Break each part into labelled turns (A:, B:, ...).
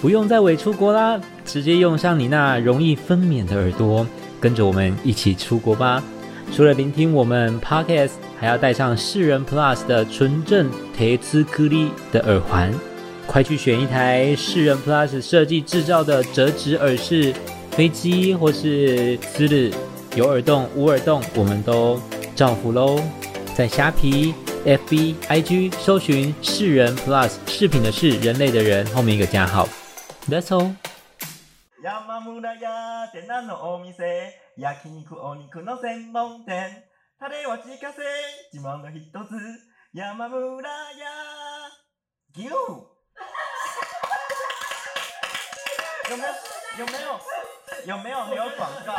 A: 不用再伪出国啦，直接用上你那容易分娩的耳朵，跟着我们一起出国吧。除了聆听我们 podcast，还要带上世人 Plus 的纯正铁丝颗粒的耳环。快去选一台世人 Plus 设计制造的折纸耳饰，飞机或是丝日，有耳洞无耳洞，我们都造福喽。在虾皮、FB、IG 搜寻“世人 Plus”，饰品的是人类的人，后面一个加号。That's all。
B: 山村屋って名のお店焼肉お肉の専門店タレは自家製自慢の一つ山村屋牛有没有有没有有没有没有广告？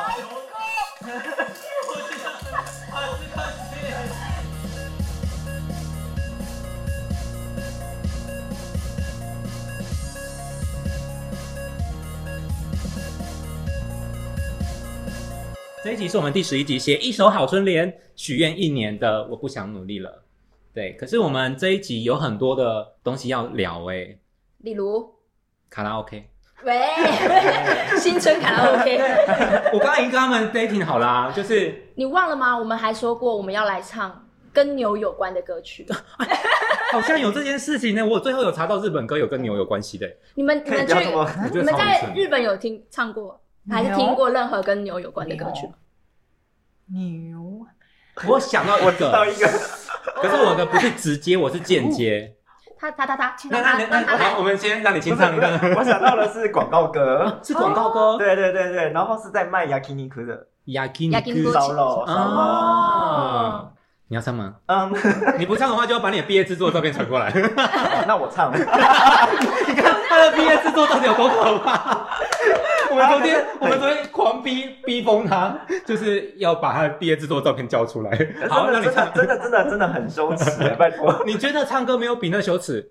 A: 这一集是我们第十一集，写一首好春联，许愿一年的，我不想努力了。对，可是我们这一集有很多的东西要聊诶、
C: 例如，
A: 卡拉 OK。
C: 喂，新春卡拉 OK，
A: 我刚刚已经跟他们 dating 好啦，就是
C: 你忘了吗？我们还说过我们要来唱跟牛有关的歌曲。
A: 好像有这件事情呢。我最后有查到日本歌有跟牛有关系的、
C: 你们你
B: 可以
C: 们
B: 不
C: 去
B: 要这么
A: 我觉
C: 你
A: 得
C: 们
A: 超
C: 在
A: 神
C: 日本有听唱过还是
D: 没有
C: 听过任何跟牛有关的歌曲吗？
D: 牛，
A: 我想到一
B: 到
A: 个，
B: 一个
A: 可是我的不是直接，我是间接。
C: 他他他他，
A: 那那那那，好，我们先让你
B: 不
A: 清
B: 是
A: 唱一
B: 不
A: 段。，
B: 是，我想到的是广告歌
A: 是广告歌，
B: 对对对对，然后是在卖 yakiniku 的
A: 雅金
C: 雅金
A: 哥
C: 哥
B: 烧肉烧肉，
C: 哦
A: 啊，你要唱吗？
B: 嗯，
A: 你不唱的话，就要把你的毕业制作照片传过来。
B: 那我唱。
A: 你看他的毕业制作到底有多可怕？我们昨天，我们昨天狂逼逼疯他，就是要把他的毕业制作照片交出来。 好，让
B: 真
A: 你
B: 的
A: 唱。
B: 真的真的真的真的很羞耻，拜托。
A: 你觉得唱歌没有比那羞耻？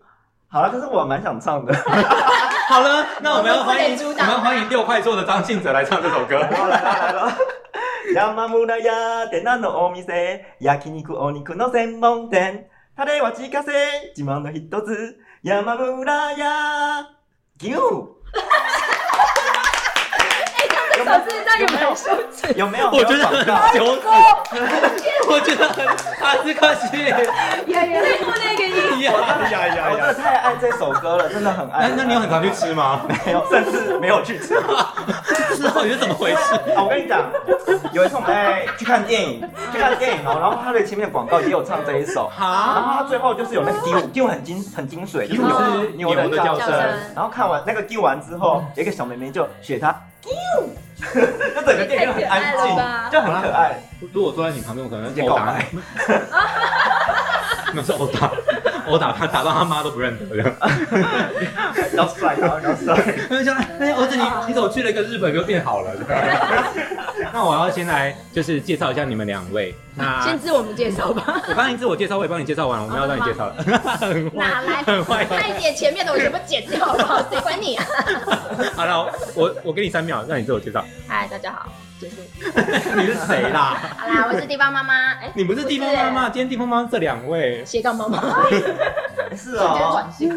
B: 好了，可是我蛮想唱的。
A: 好了，那我们要欢迎
C: 我们不能
A: 我
C: 阻
A: 们
C: 挡
A: 要欢迎六块座的张信哲来唱这首歌。
B: 山村屋って名のお店焼肉お肉の専門店タレは自家製自慢の一つ山村屋牛
C: 这首是在有没有羞耻？
B: 有没有？
A: 我觉得
B: 有没有广
A: 很
B: 告
A: 羞耻， 我觉得很哈斯克西
C: 演员最后那个音，
A: 呀
B: 呀呀呀！我真的太爱这首歌了，真的很
A: 那
B: 爱。
A: 那你有很常去吃吗？
B: 没有，甚至没有去吃。
A: 吃后你是怎么回 事？
B: 啊，我跟你讲，有一次我们在去看电影，去看电影哦，然后他的前面的广告也有唱这一首，然
A: 啊，
B: 后他最后就是有那个丢丢很精很精髓，
A: 就
B: 就是是有
C: 哦
A: 是
B: 牛
A: 牛
B: 的
A: 的
B: 叫
A: 叫
B: 声
C: 叫
A: 声
C: 声。
B: 然后看完那个丢完之后，有一个小妹妹就学他丢， 就整个电影很安
C: 太可爱了
B: 静
C: 吧，
B: 就很可爱。
A: 如果坐在你旁边，我可能
B: 直接
A: 殴
B: 告
A: 打
B: 白
A: 你。那是殴打，殴打他，打到他妈都不认得了。
B: 比较帅，然后比较 帅。
A: 那就哎，儿子，你你怎么去了一个日本就变好了？ 那我要先来就是介绍一下你们两位。那
C: 先自我们介绍吧。
A: 我刚才自我介绍，我也帮你介绍完了，我们要让你介绍了。很
C: 哪
A: 坏，
C: 来？
A: 很坏。
C: 快一点，前面的我全部剪掉好不好？谁管你啊？
A: 好了，我我给你三秒，让你自我介绍。
C: 嗨，大家好，结束。
A: 你是谁啦？
C: 好啦，我是地方妈妈，哎，
A: 你不是地方妈妈，今天地方妈妈这两位，
C: 斜杠妈妈，我
B: 是
C: 觉得
B: 哦，
C: 转型。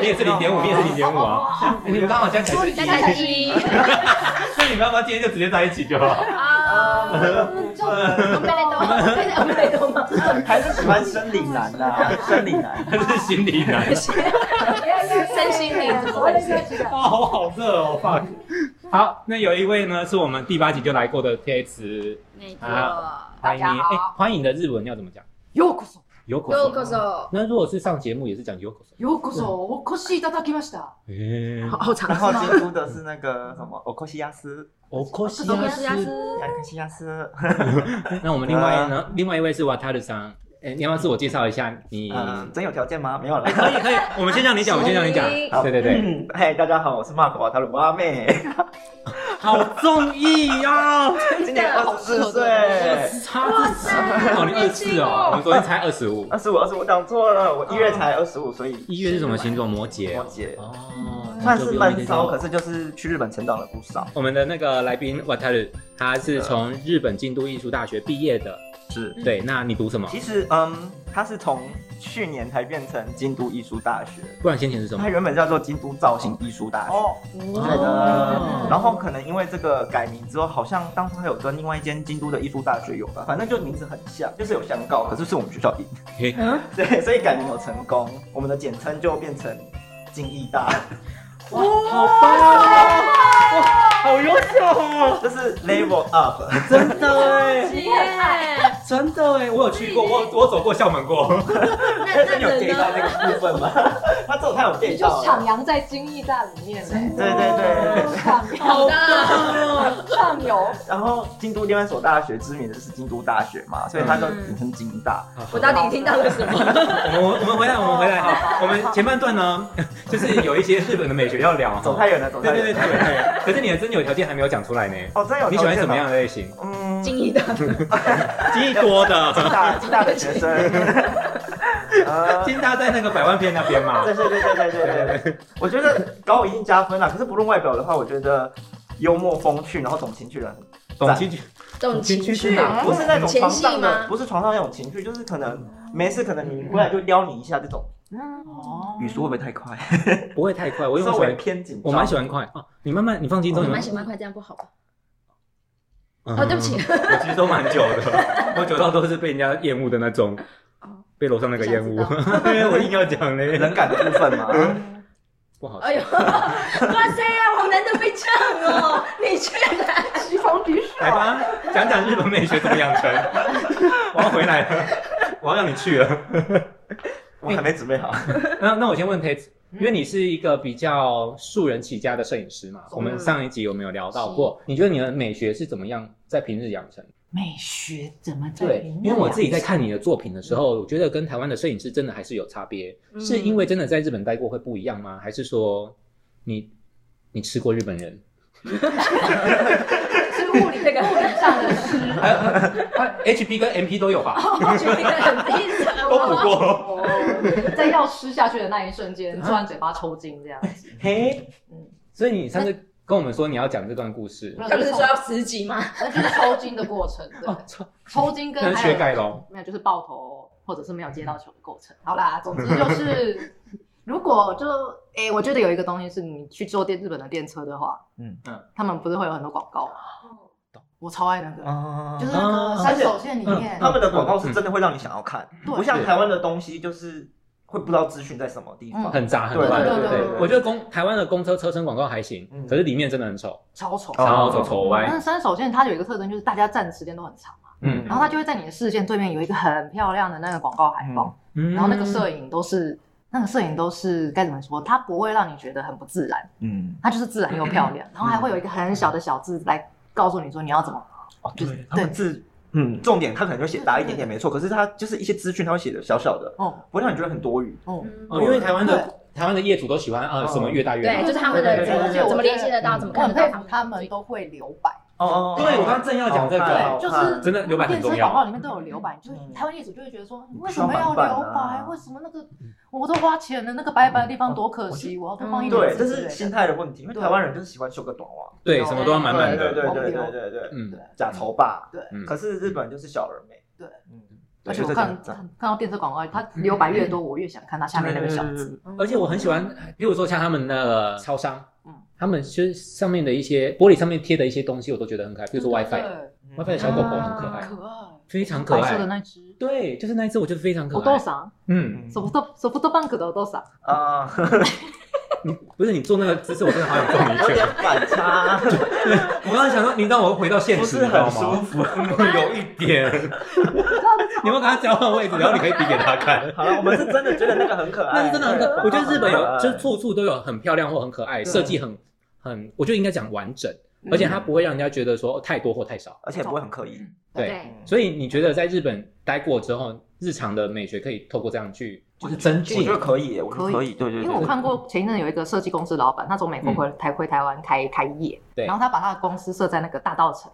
A: 你也是零点五，你也是零点五啊。你们刚好加起来是一
C: 大，家是一，
A: 那你们要不要今天就直接在一起就好？
C: 啊，我们来懂，我们来懂吗？
B: 还是喜欢生理男呐、 生理男。
A: 还是心理男？
C: 身 心灵怎么回事？
A: 啊，好好热哦，fuck。好，那有一位呢，是我们第八集就来过的 T S，
C: 没错，
A: 欢迎你。哎，欢迎的日文要怎么讲？
D: ようこそ、
A: 有口。
C: 又咳。嗽，
A: 那如果是上节目也是讲有口。
D: ようこそ、お越しいただきました。
A: 诶，
C: 好长
B: 然后京都的是那个什 么，我科西亚斯，
A: 我可惜
C: 我们是亚斯，
B: 亚科西亚斯，
A: 那我们另外呢，另外一位是瓦塔鲁桑。哎，你要不要自我介绍一下？你
B: 嗯，真有条件吗？没有了
A: 哎，。可以可以，我们先让你讲，我先让你讲。
B: 好
A: 对对对，
B: 嗯嗨，大家好，我是 Mark 瓦塔鲁妈妹，
A: 好啊中意呀！
B: 今年二十四岁，
A: 差自己哦，你二四哦，我们昨天才二十五。
B: 二十五，二十五，讲错了，我一月才二十五，所以
A: 一月是什么星座？摩羯
B: 摩
A: 哦。
B: 羯，
A: 哦，
B: 算是闷骚，可是就是去日本成长了不少。
A: 我们的那个来宾瓦塔鲁，他是从日本京都艺术大学毕业的，
B: 是
C: 嗯
A: 对，那你读什么？
B: 其实，嗯，它是从去年才变成京都艺术大学，
A: 不然先前是什么
B: 它？原本叫做京都造型艺术大学。
E: 哦，
B: 对的
A: 哦，
B: 然后可能因为这个改名之后，好像当初还有跟另外一间京都的艺术大学有吧，反正就名字很像，就是有相告，可是是我们学校赢，
A: 嘿
B: 对，所以改名有成功，我们的简称就变成京艺 大，
A: 好棒哦！哇，好优秀哦！
B: 就是 level up，
E: 真的哎，
C: 厉害。
E: 真的哎，我有去过，我我走过校门过，
C: 那
B: 你有
C: 那
B: gay
C: 人
B: 到
C: 呢？
B: 那个部分吗？ 他这种他有 gay
D: 你就
B: 到
D: 徜
B: 了，
D: 徉在金翼大里面嘞，
B: 对对对。
D: 徜 徉畅游，
B: 然后京都另外一所大学知名的是京都大学嘛，所以它就简称京大。
E: 嗯
C: 我到底听到了什么？
E: 我们我们回来，我们回来，好，我们前半段呢，就是有一些日本的美学要聊哈，
B: 走太远了，走
E: 对
B: 太远
E: 对对，
B: 了。
E: 太远太远。可是你的真有条件还没有讲出来呢。
B: 哦，真有
E: 你喜欢
B: 条件
E: 什么
B: 吗
E: 样？的类型？
B: 嗯，
C: 惊异的，
E: 金多
B: 京
E: 的，
B: 大京大的学 生。呃
E: 金大在那个百万片那边嘛。
B: 对对对对对 对对，我觉得高一定加分啊啦。可是不论外表的话，我觉得幽默风趣，然后懂情趣的很，
E: 董卿去
C: 懂情
E: 董卿
C: 趣
E: 去。
D: 啊
E: 哪？
B: 不是那种
C: 前
B: 床上
C: 戏吗
B: 的，不是床上那种情趣，就是可能没事，可能你过来就撩你一下这种。
D: 哦，
B: 速会不会太快？
A: 不会太快， 我因为
B: 稍
A: 我喜
B: 微
A: 欢，
B: 偏紧张。
A: 我蛮喜欢快
E: 哦
A: 啊。你慢慢，你放轻松，
C: 你
A: 你
C: 慢
A: 慢
C: 写慢快，这样不好吧？
A: 嗯
C: 哦，对不起。
E: 我其实都蛮久 的，我久到都是被人家厌恶的那种
C: 哦，
E: 被楼上那个厌恶
C: 我想，
E: 我硬要讲嘞，
B: 冷感的部 分嘛。
A: 不好。
C: 哎呦，哇塞啊，好难得被这样哦！你居然
D: 棋逢敌手，
E: 来吧，讲讲日本美学怎么养 成。我要回来了，我要让你去了。
B: 我还没准 备好。
E: 那那我先问 Tate，因为你是一个比较素人起家的摄影师嘛，我们上一集有没有聊到过？你觉得你的美学是怎么样在平日养成？
D: 美学怎么在
A: 对
D: 云南，
A: 因为我自己在看你的作品的时
D: 嗯
A: 候，我觉得跟台湾的摄影师真的还是有差别。
C: 嗯
A: 是因为真的在日本待过会不一样吗？还是说你你吃过日本 人？
D: 是物理
C: 这个
D: 物理上的事，
E: 还有 HP 啊跟 MP 都有吧？
C: 觉得很低沉
E: 都补
C: 哦。
E: 过。
D: 哦在药吃下去的那一瞬间，突然嘴巴抽筋这样子，
E: 嘿
D: 嗯，
E: 所以你上次跟我们说你要讲这段故事，
D: 那
C: 他不
D: 就是哦是
C: 说要十级吗？
D: 那 就是抽筋的过程， 对，抽筋跟
E: 那是
D: 嗯还
E: 缺
D: 有
E: 钙喽。
D: 没有，就是爆头或者是没有接到
B: 嗯
D: 球的过程。好啦，总 之就是，如果就诶、我觉得有一个东西是你去坐电日本的电车的话，
B: 嗯哦
E: 嗯
D: 嗯，他们不是会有很多广告吗？我超爱那个，
A: 哦
B: 啊嗯
D: 就是那个三手线里面，
B: 他们的广告是真的会让你想要看，
D: 对
B: 不像台湾的东西就是会不知道资讯在什么地方。
D: 嗯
A: 很杂很
B: 对
A: 乱，
B: 对
D: 对对
A: 对
D: 对
A: 我觉得公台湾的公车车身广告还行，
B: 嗯
A: 可是里面真的很丑，
D: 超丑。
B: 哦
E: 然后走丑
D: 但
E: 歪
D: 是，三手线它有一个特征，就是大家站的时间都很长嘛，
E: 嗯
D: 然后它就会在你的视线对面有一个很漂亮的那个广告海报，
E: 嗯
D: 然后那个摄影都是那个摄影都是该怎么说，它不会让你觉得很不自然，
B: 嗯，
D: 它就是自然又漂亮，然后还会有一个很小的小字来告诉你说你要怎么
B: 哦，
D: 就
B: 对
D: 是，
B: 他们字，嗯，重点他可能就写大一点点没错，可是他就是一些资讯，他会写的小小的，
D: 哦
B: 不会让你觉得很多余。
D: 哦，
A: 哦，因为台湾的台湾的业主都喜欢啊什么越大越
C: 对，
A: 大。
C: 就是他们的怎
B: 对对对
C: 么
B: 对
C: 怎么联系得到，
B: 嗯
C: 怎么
D: 我
C: 看
D: 很
C: 得到
D: 佩
C: 他
D: 服
C: 们。
D: 他们都会留白，
B: 哦哦
E: 对我刚刚正要讲这
A: 哦
B: 好看
E: 个，
B: 好看
D: 就是
E: 真的留白很
D: 电车
E: 重要
D: 广告里面都有留白，就是
B: 嗯
D: 台湾业主就会觉得说，
B: 需要
D: 为什么要
B: 板
D: 留
B: 板啊
D: 白？为什么那个我都花钱了，那个白白的地方多可惜，我要多放一
B: 对
D: 点，
B: 这
D: 字之类
B: 是
D: 的。
B: 心态的问题，因为台湾人就是喜欢修个短袜，
A: 哦
E: 对，什么都要满满
B: 对
E: 的，
B: 对对对对对，
E: 嗯，
B: 假头发。
D: 对，
E: 嗯
B: 可是日本就是小而美。
D: 对，
B: 嗯，
D: 而且我看看看到电车广告，它留白越多，我越想看它下面那个小字。
B: 字，
A: 嗯而且我很喜欢，比如说像他们那个超商，
D: 嗯
A: 他们其实上面的一些玻璃上面贴的一些东西，我都觉得很可爱，比如说
B: 嗯
D: 对对
A: WiFi，WiFi
D: 对
A: 的小狗狗很可爱，
B: 啊
D: 可爱，
A: 非常可
D: 白色的
A: 爱。
D: 那只。
A: 对，就是那一只，我觉得非常可
D: お父
A: 爱。
D: さん、
E: 嗯，
D: ソフトソフトバンク的お父さん。
B: 啊，
A: 不是你做那个姿势，我真的好想揍你一
B: 有点
A: 拳。
B: 反差，
E: 我刚刚想说，你让我回到现
B: 不
E: 实，
B: 是
E: 你知道
B: 很
E: 吗
B: 舒服。
E: 有一点，你们跟他交换位置，然后你可以比给他 看。
B: 好了，我们是真的觉得那个很可爱，
A: 但是真的很可
B: 对
A: 我觉得日本
B: 很可
A: 有，
B: 爱
A: 就是处处都有很漂亮或很可爱，
D: 对
A: 设计很很，我觉得应该讲完整，
B: 嗯
A: 而且它不会让人家觉得说哦太多或太少。
B: 而且不会很刻意。
A: 对，所以你觉得在日本待过之后，日常的美学可以透过这样去就是增
B: 我
A: 进
B: 觉？得可以耶，我觉得
D: 可
B: 可以，
D: 以
A: 嗯
B: 对对对。
D: 因为我看过前一阵有一个设计公司老板，他从美国回台回台湾开开业，
A: 对
D: 然后他把他的公司设在那个大道城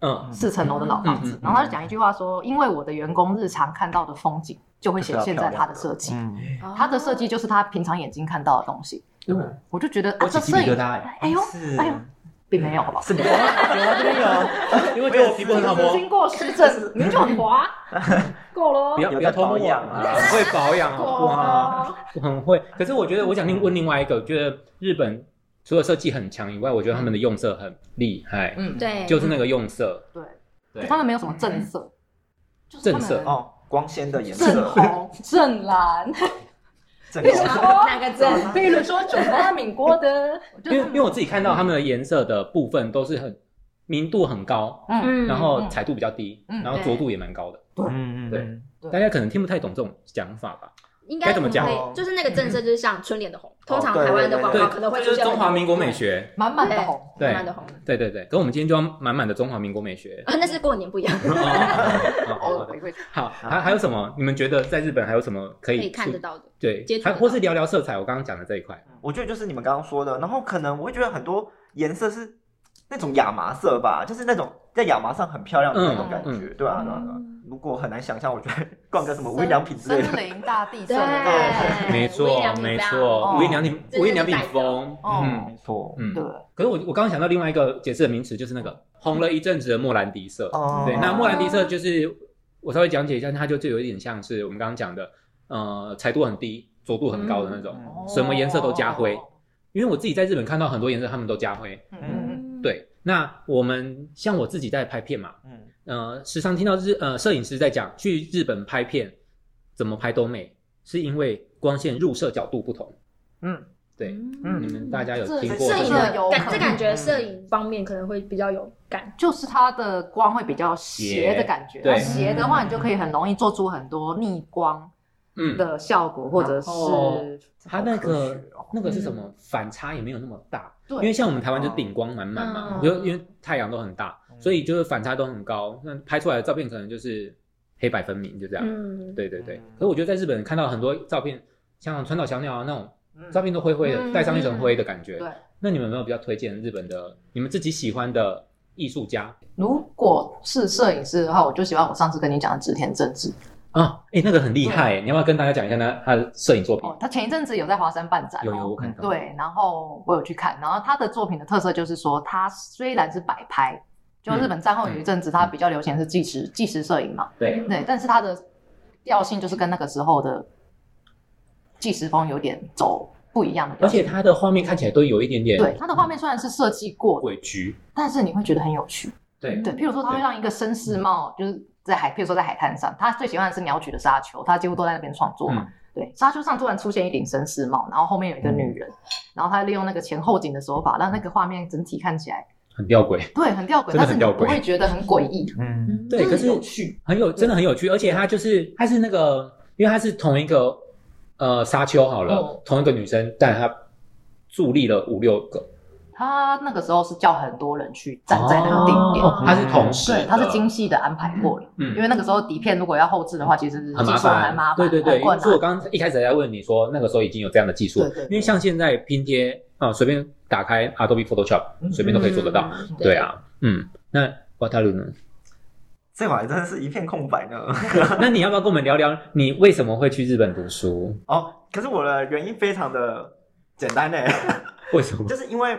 A: 嗯，
D: 四层楼的老房
A: 嗯
D: 子
A: 嗯嗯，
D: 然后他就讲一句话说，因为我的员工日常看到的风景就会显现在他的设计，
B: 嗯，
F: 哦
D: 他的设计就是他平常眼睛看到的东西，
A: 对，
D: 我就觉得啊，
A: 我
D: 这
A: 起鸡
D: 摄
A: 皮疙
D: 影，
A: 瘩哎。
D: 哎呦，
B: 是
D: 哎呦，并没有，好不好？
A: 什么？有啊，这边有。因为就有提过很好摸，
F: 哦
D: 经过实证，你就很滑，够了
E: 不。要
B: 有
E: 不
B: 在
E: 要偷摸
B: 保
E: 我
B: 养
E: 啊，很会保 养好不
D: 够
E: 好？
D: 了，
E: 我很会。可是我觉得，我想另问另外一个，我觉得日本除了设计很强以外，我觉得他们的用色很厉害，
D: 嗯，
F: 对，
E: 就是那个用色，
B: 嗯
D: 对，
E: 对
D: 就他们没有什么
A: 嗯
D: 正色，就是他们
E: 正色
B: 哦，光鲜的颜
D: 正
B: 色，
D: 红、正 蓝，
B: 正
D: 比如
B: 红
D: 说，
F: 哪个字？
D: 比如说九八米国的，就
E: 因为因为我自己看到他们的颜色的部分都是很明度很高，
D: 嗯，
E: 然后彩度比较低，
D: 嗯
E: 然后浊度也蛮高的。
B: 嗯嗯
E: 对
B: 嗯，
D: 对
E: 大家可能听不太懂这种讲法吧？
F: 应
E: 该
F: 该
E: 怎么讲
F: 可
E: 哦
F: 以就是那个正色，就是像春联的红，通常台湾的广
B: 对
F: 告可能会
E: 就
F: 出
E: 是
F: 现
E: 中华民国美学。
D: 满满的红，
E: 对
F: 台湾的红
E: 对对对，可我们今天就要满满的中华民国美学。
F: 啊，那是过年不一样，
E: 哦好好
D: 哦
E: 好，
D: 回归
E: 好，还还有什么？你们觉得在日本还有什么可
F: 可
E: 以
F: 以看
E: 促
F: 得？到的。
E: 对
F: 接，触
E: 还
F: 得
E: 或
F: 到
E: 是聊聊色彩，我刚刚讲的这一块。
B: 我觉得就是你们刚刚说的，然后可能我会觉得很多颜色是那种亚麻色吧，就是那种在亚麻上很漂亮的那种感
E: 嗯
B: 觉，对啊，对啊对啊如果很难想象，我觉得逛个什么无印良品之类
D: 森
B: 的，
D: 林哦大 地
F: 对
D: 色的 那种，，
E: 没
F: 无印
E: 错
F: 良，品
E: 没
F: 吧
E: 错，
D: 哦
E: 无印良品，
F: 这
E: 无
F: 就是
E: 印良品
F: 代表
E: 风。
D: 哦
E: 嗯
B: 没错，
E: 嗯
D: 对，
E: 可是我我刚刚想到另外一个解释的名词，就是那个红了一阵子的莫兰迪色。
B: 哦
E: 对，那莫兰迪色就是我稍微讲解一下，它就就有一点像是我们刚刚讲的，呃，彩度很低，浊度很高的那种。
B: 嗯
D: 哦
E: 什么颜色都加灰，因为我自己在日本看到很多颜色，他们都加灰。
D: 嗯嗯
F: 嗯，
E: 对，那我们像我自己在拍片嘛，
B: 嗯，
E: 呃，时常听到日呃摄影师在讲去日本拍片怎么拍都美，是因为光线入射角度不同。
B: 嗯，
E: 对，
F: 嗯
E: 你们大家有
D: 这
E: 听过？
F: 摄
E: 就
F: 影
E: 是
D: 这有
F: 的
D: 可
F: 感，
D: 能
F: 这感觉摄影方面可能会比较有感。
D: 就是它的光会比较斜的感觉，
E: 斜对
D: 那斜的话你就可以很容易做出很多逆光
E: 嗯，
D: 的效果，或者
E: 然后
D: 是
E: 它那
B: 好科
E: 个
B: 学哦
E: 那个是什么？
D: 嗯
E: 反差也没有那么大。
D: 对，
E: 因为像我们台湾就顶光
D: 哦
E: 满满嘛，
F: 嗯
E: 就因为太阳都很大，
B: 嗯
E: 所以就是反差都很高，那拍出来的照片可能就是黑白分明，就这样。
F: 嗯，
E: 对对对
B: 嗯。
E: 可是我觉得在日本看到很多照片，像川岛小鸟啊那种照片都灰灰的，
F: 嗯
E: 带上一层灰的感觉。
D: 对。
E: 那你们有没有比较推荐日本的，你们自己喜欢的艺术家
D: 如果是摄影师的话，我就喜欢我上次跟你讲的织田正治。
E: 啊？哎，那个很厉害，你要不要跟大家讲一下呢？他的摄影作品
D: 哦，他前一阵子有在华山办展、哦，
E: 有有我看到。
D: 对，然后我有去看，然后他的作品的特色就是说，他虽然是摆拍，就日
E: 嗯
D: 本战后有一阵子，他比较流行的是纪实纪实摄影嘛，
E: 对
D: 对，但是他的调性就是跟那个时候的纪实风有点走不一样的
E: 而
D: 调性。
E: 且他的画面看起来都有一点点
D: 对他的画面虽然是设计过的，
E: 诡谲。
D: 但是你会觉得很有趣。
E: 对
D: 对，譬如说他会
E: 对嗯
D: 让一个绅士帽，就是在海，譬如说在海滩上，他最喜欢的是鸟取的沙丘，他几乎都在那边创作
E: 嗯
D: 嘛。对，沙丘上突然出现一顶绅士帽，然后后面有一个
E: 嗯
D: 女人，然后他利用那个前后景的手法，让那个画面整体看起来
E: 很吊 诡。
D: 对很吊诡，
E: 真的
D: 但是
E: 很
D: 你
E: 吊
D: 不
E: 诡
D: 会觉得很诡异。
B: 嗯，
F: 嗯
E: 对，可
D: 就是
E: 是
D: 有趣，
E: 很有，真的很有趣，而且它就是它是那个，因为它是同一个呃沙丘好了，
D: 哦
E: 同一个女生，但她伫立了五六个，
D: 他那个时候是叫很多人去站在那个定点，嗯
E: 哦她是同时
D: 对，
E: 的，
D: 他是精细的安排过了。
E: 嗯
D: 因为那个时候底片如果要后置的话，其实技
E: 很麻
D: 术蛮
E: 烦，
D: 麻烦，
E: 对对对，
D: 很困
E: 所以我
D: 难。
E: 刚刚一开始在问你说，那个时候已经有这样的技术，
D: 对对对
E: 因为像现在拼贴啊、呃随便打开 Adobe Photoshop，
B: 嗯
E: 随便都可以做得到，
F: 嗯
E: 对，啊，嗯，那 w a t a r u 呢？
B: 这会儿真的是一片空白呢。
E: 那你要不要跟我们聊聊你为什么会去日本读书？
B: 哦，可是我的原因非常的简单 呢，
E: 为什么？
B: 就是因为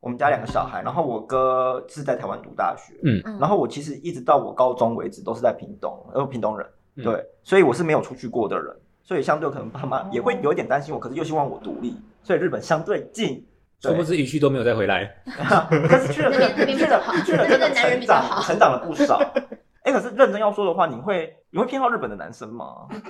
B: 我们家两个小孩，然后我哥是在台湾读大学，
F: 嗯
B: 然后我其实一直到我高中为止都是在屏东，呃，屏东人，
E: 嗯
B: 对，所以我是没有出去过的人，所以相对可能爸
E: 哦
B: 妈也会有一点担心我，可是又希望我独立，所以日本相对近，
E: 殊不知一去都没有再回来。
B: 可是去了
F: 那边那边比
B: 去
F: 较
B: 了
F: 好
B: 去了
F: 那
B: 真
F: 边的
B: 的
F: 男人
B: 成
F: 比较
B: 长
F: 好
B: 成长了不少。 哎，可是认真要说的话，你会你会偏好日本的男生吗？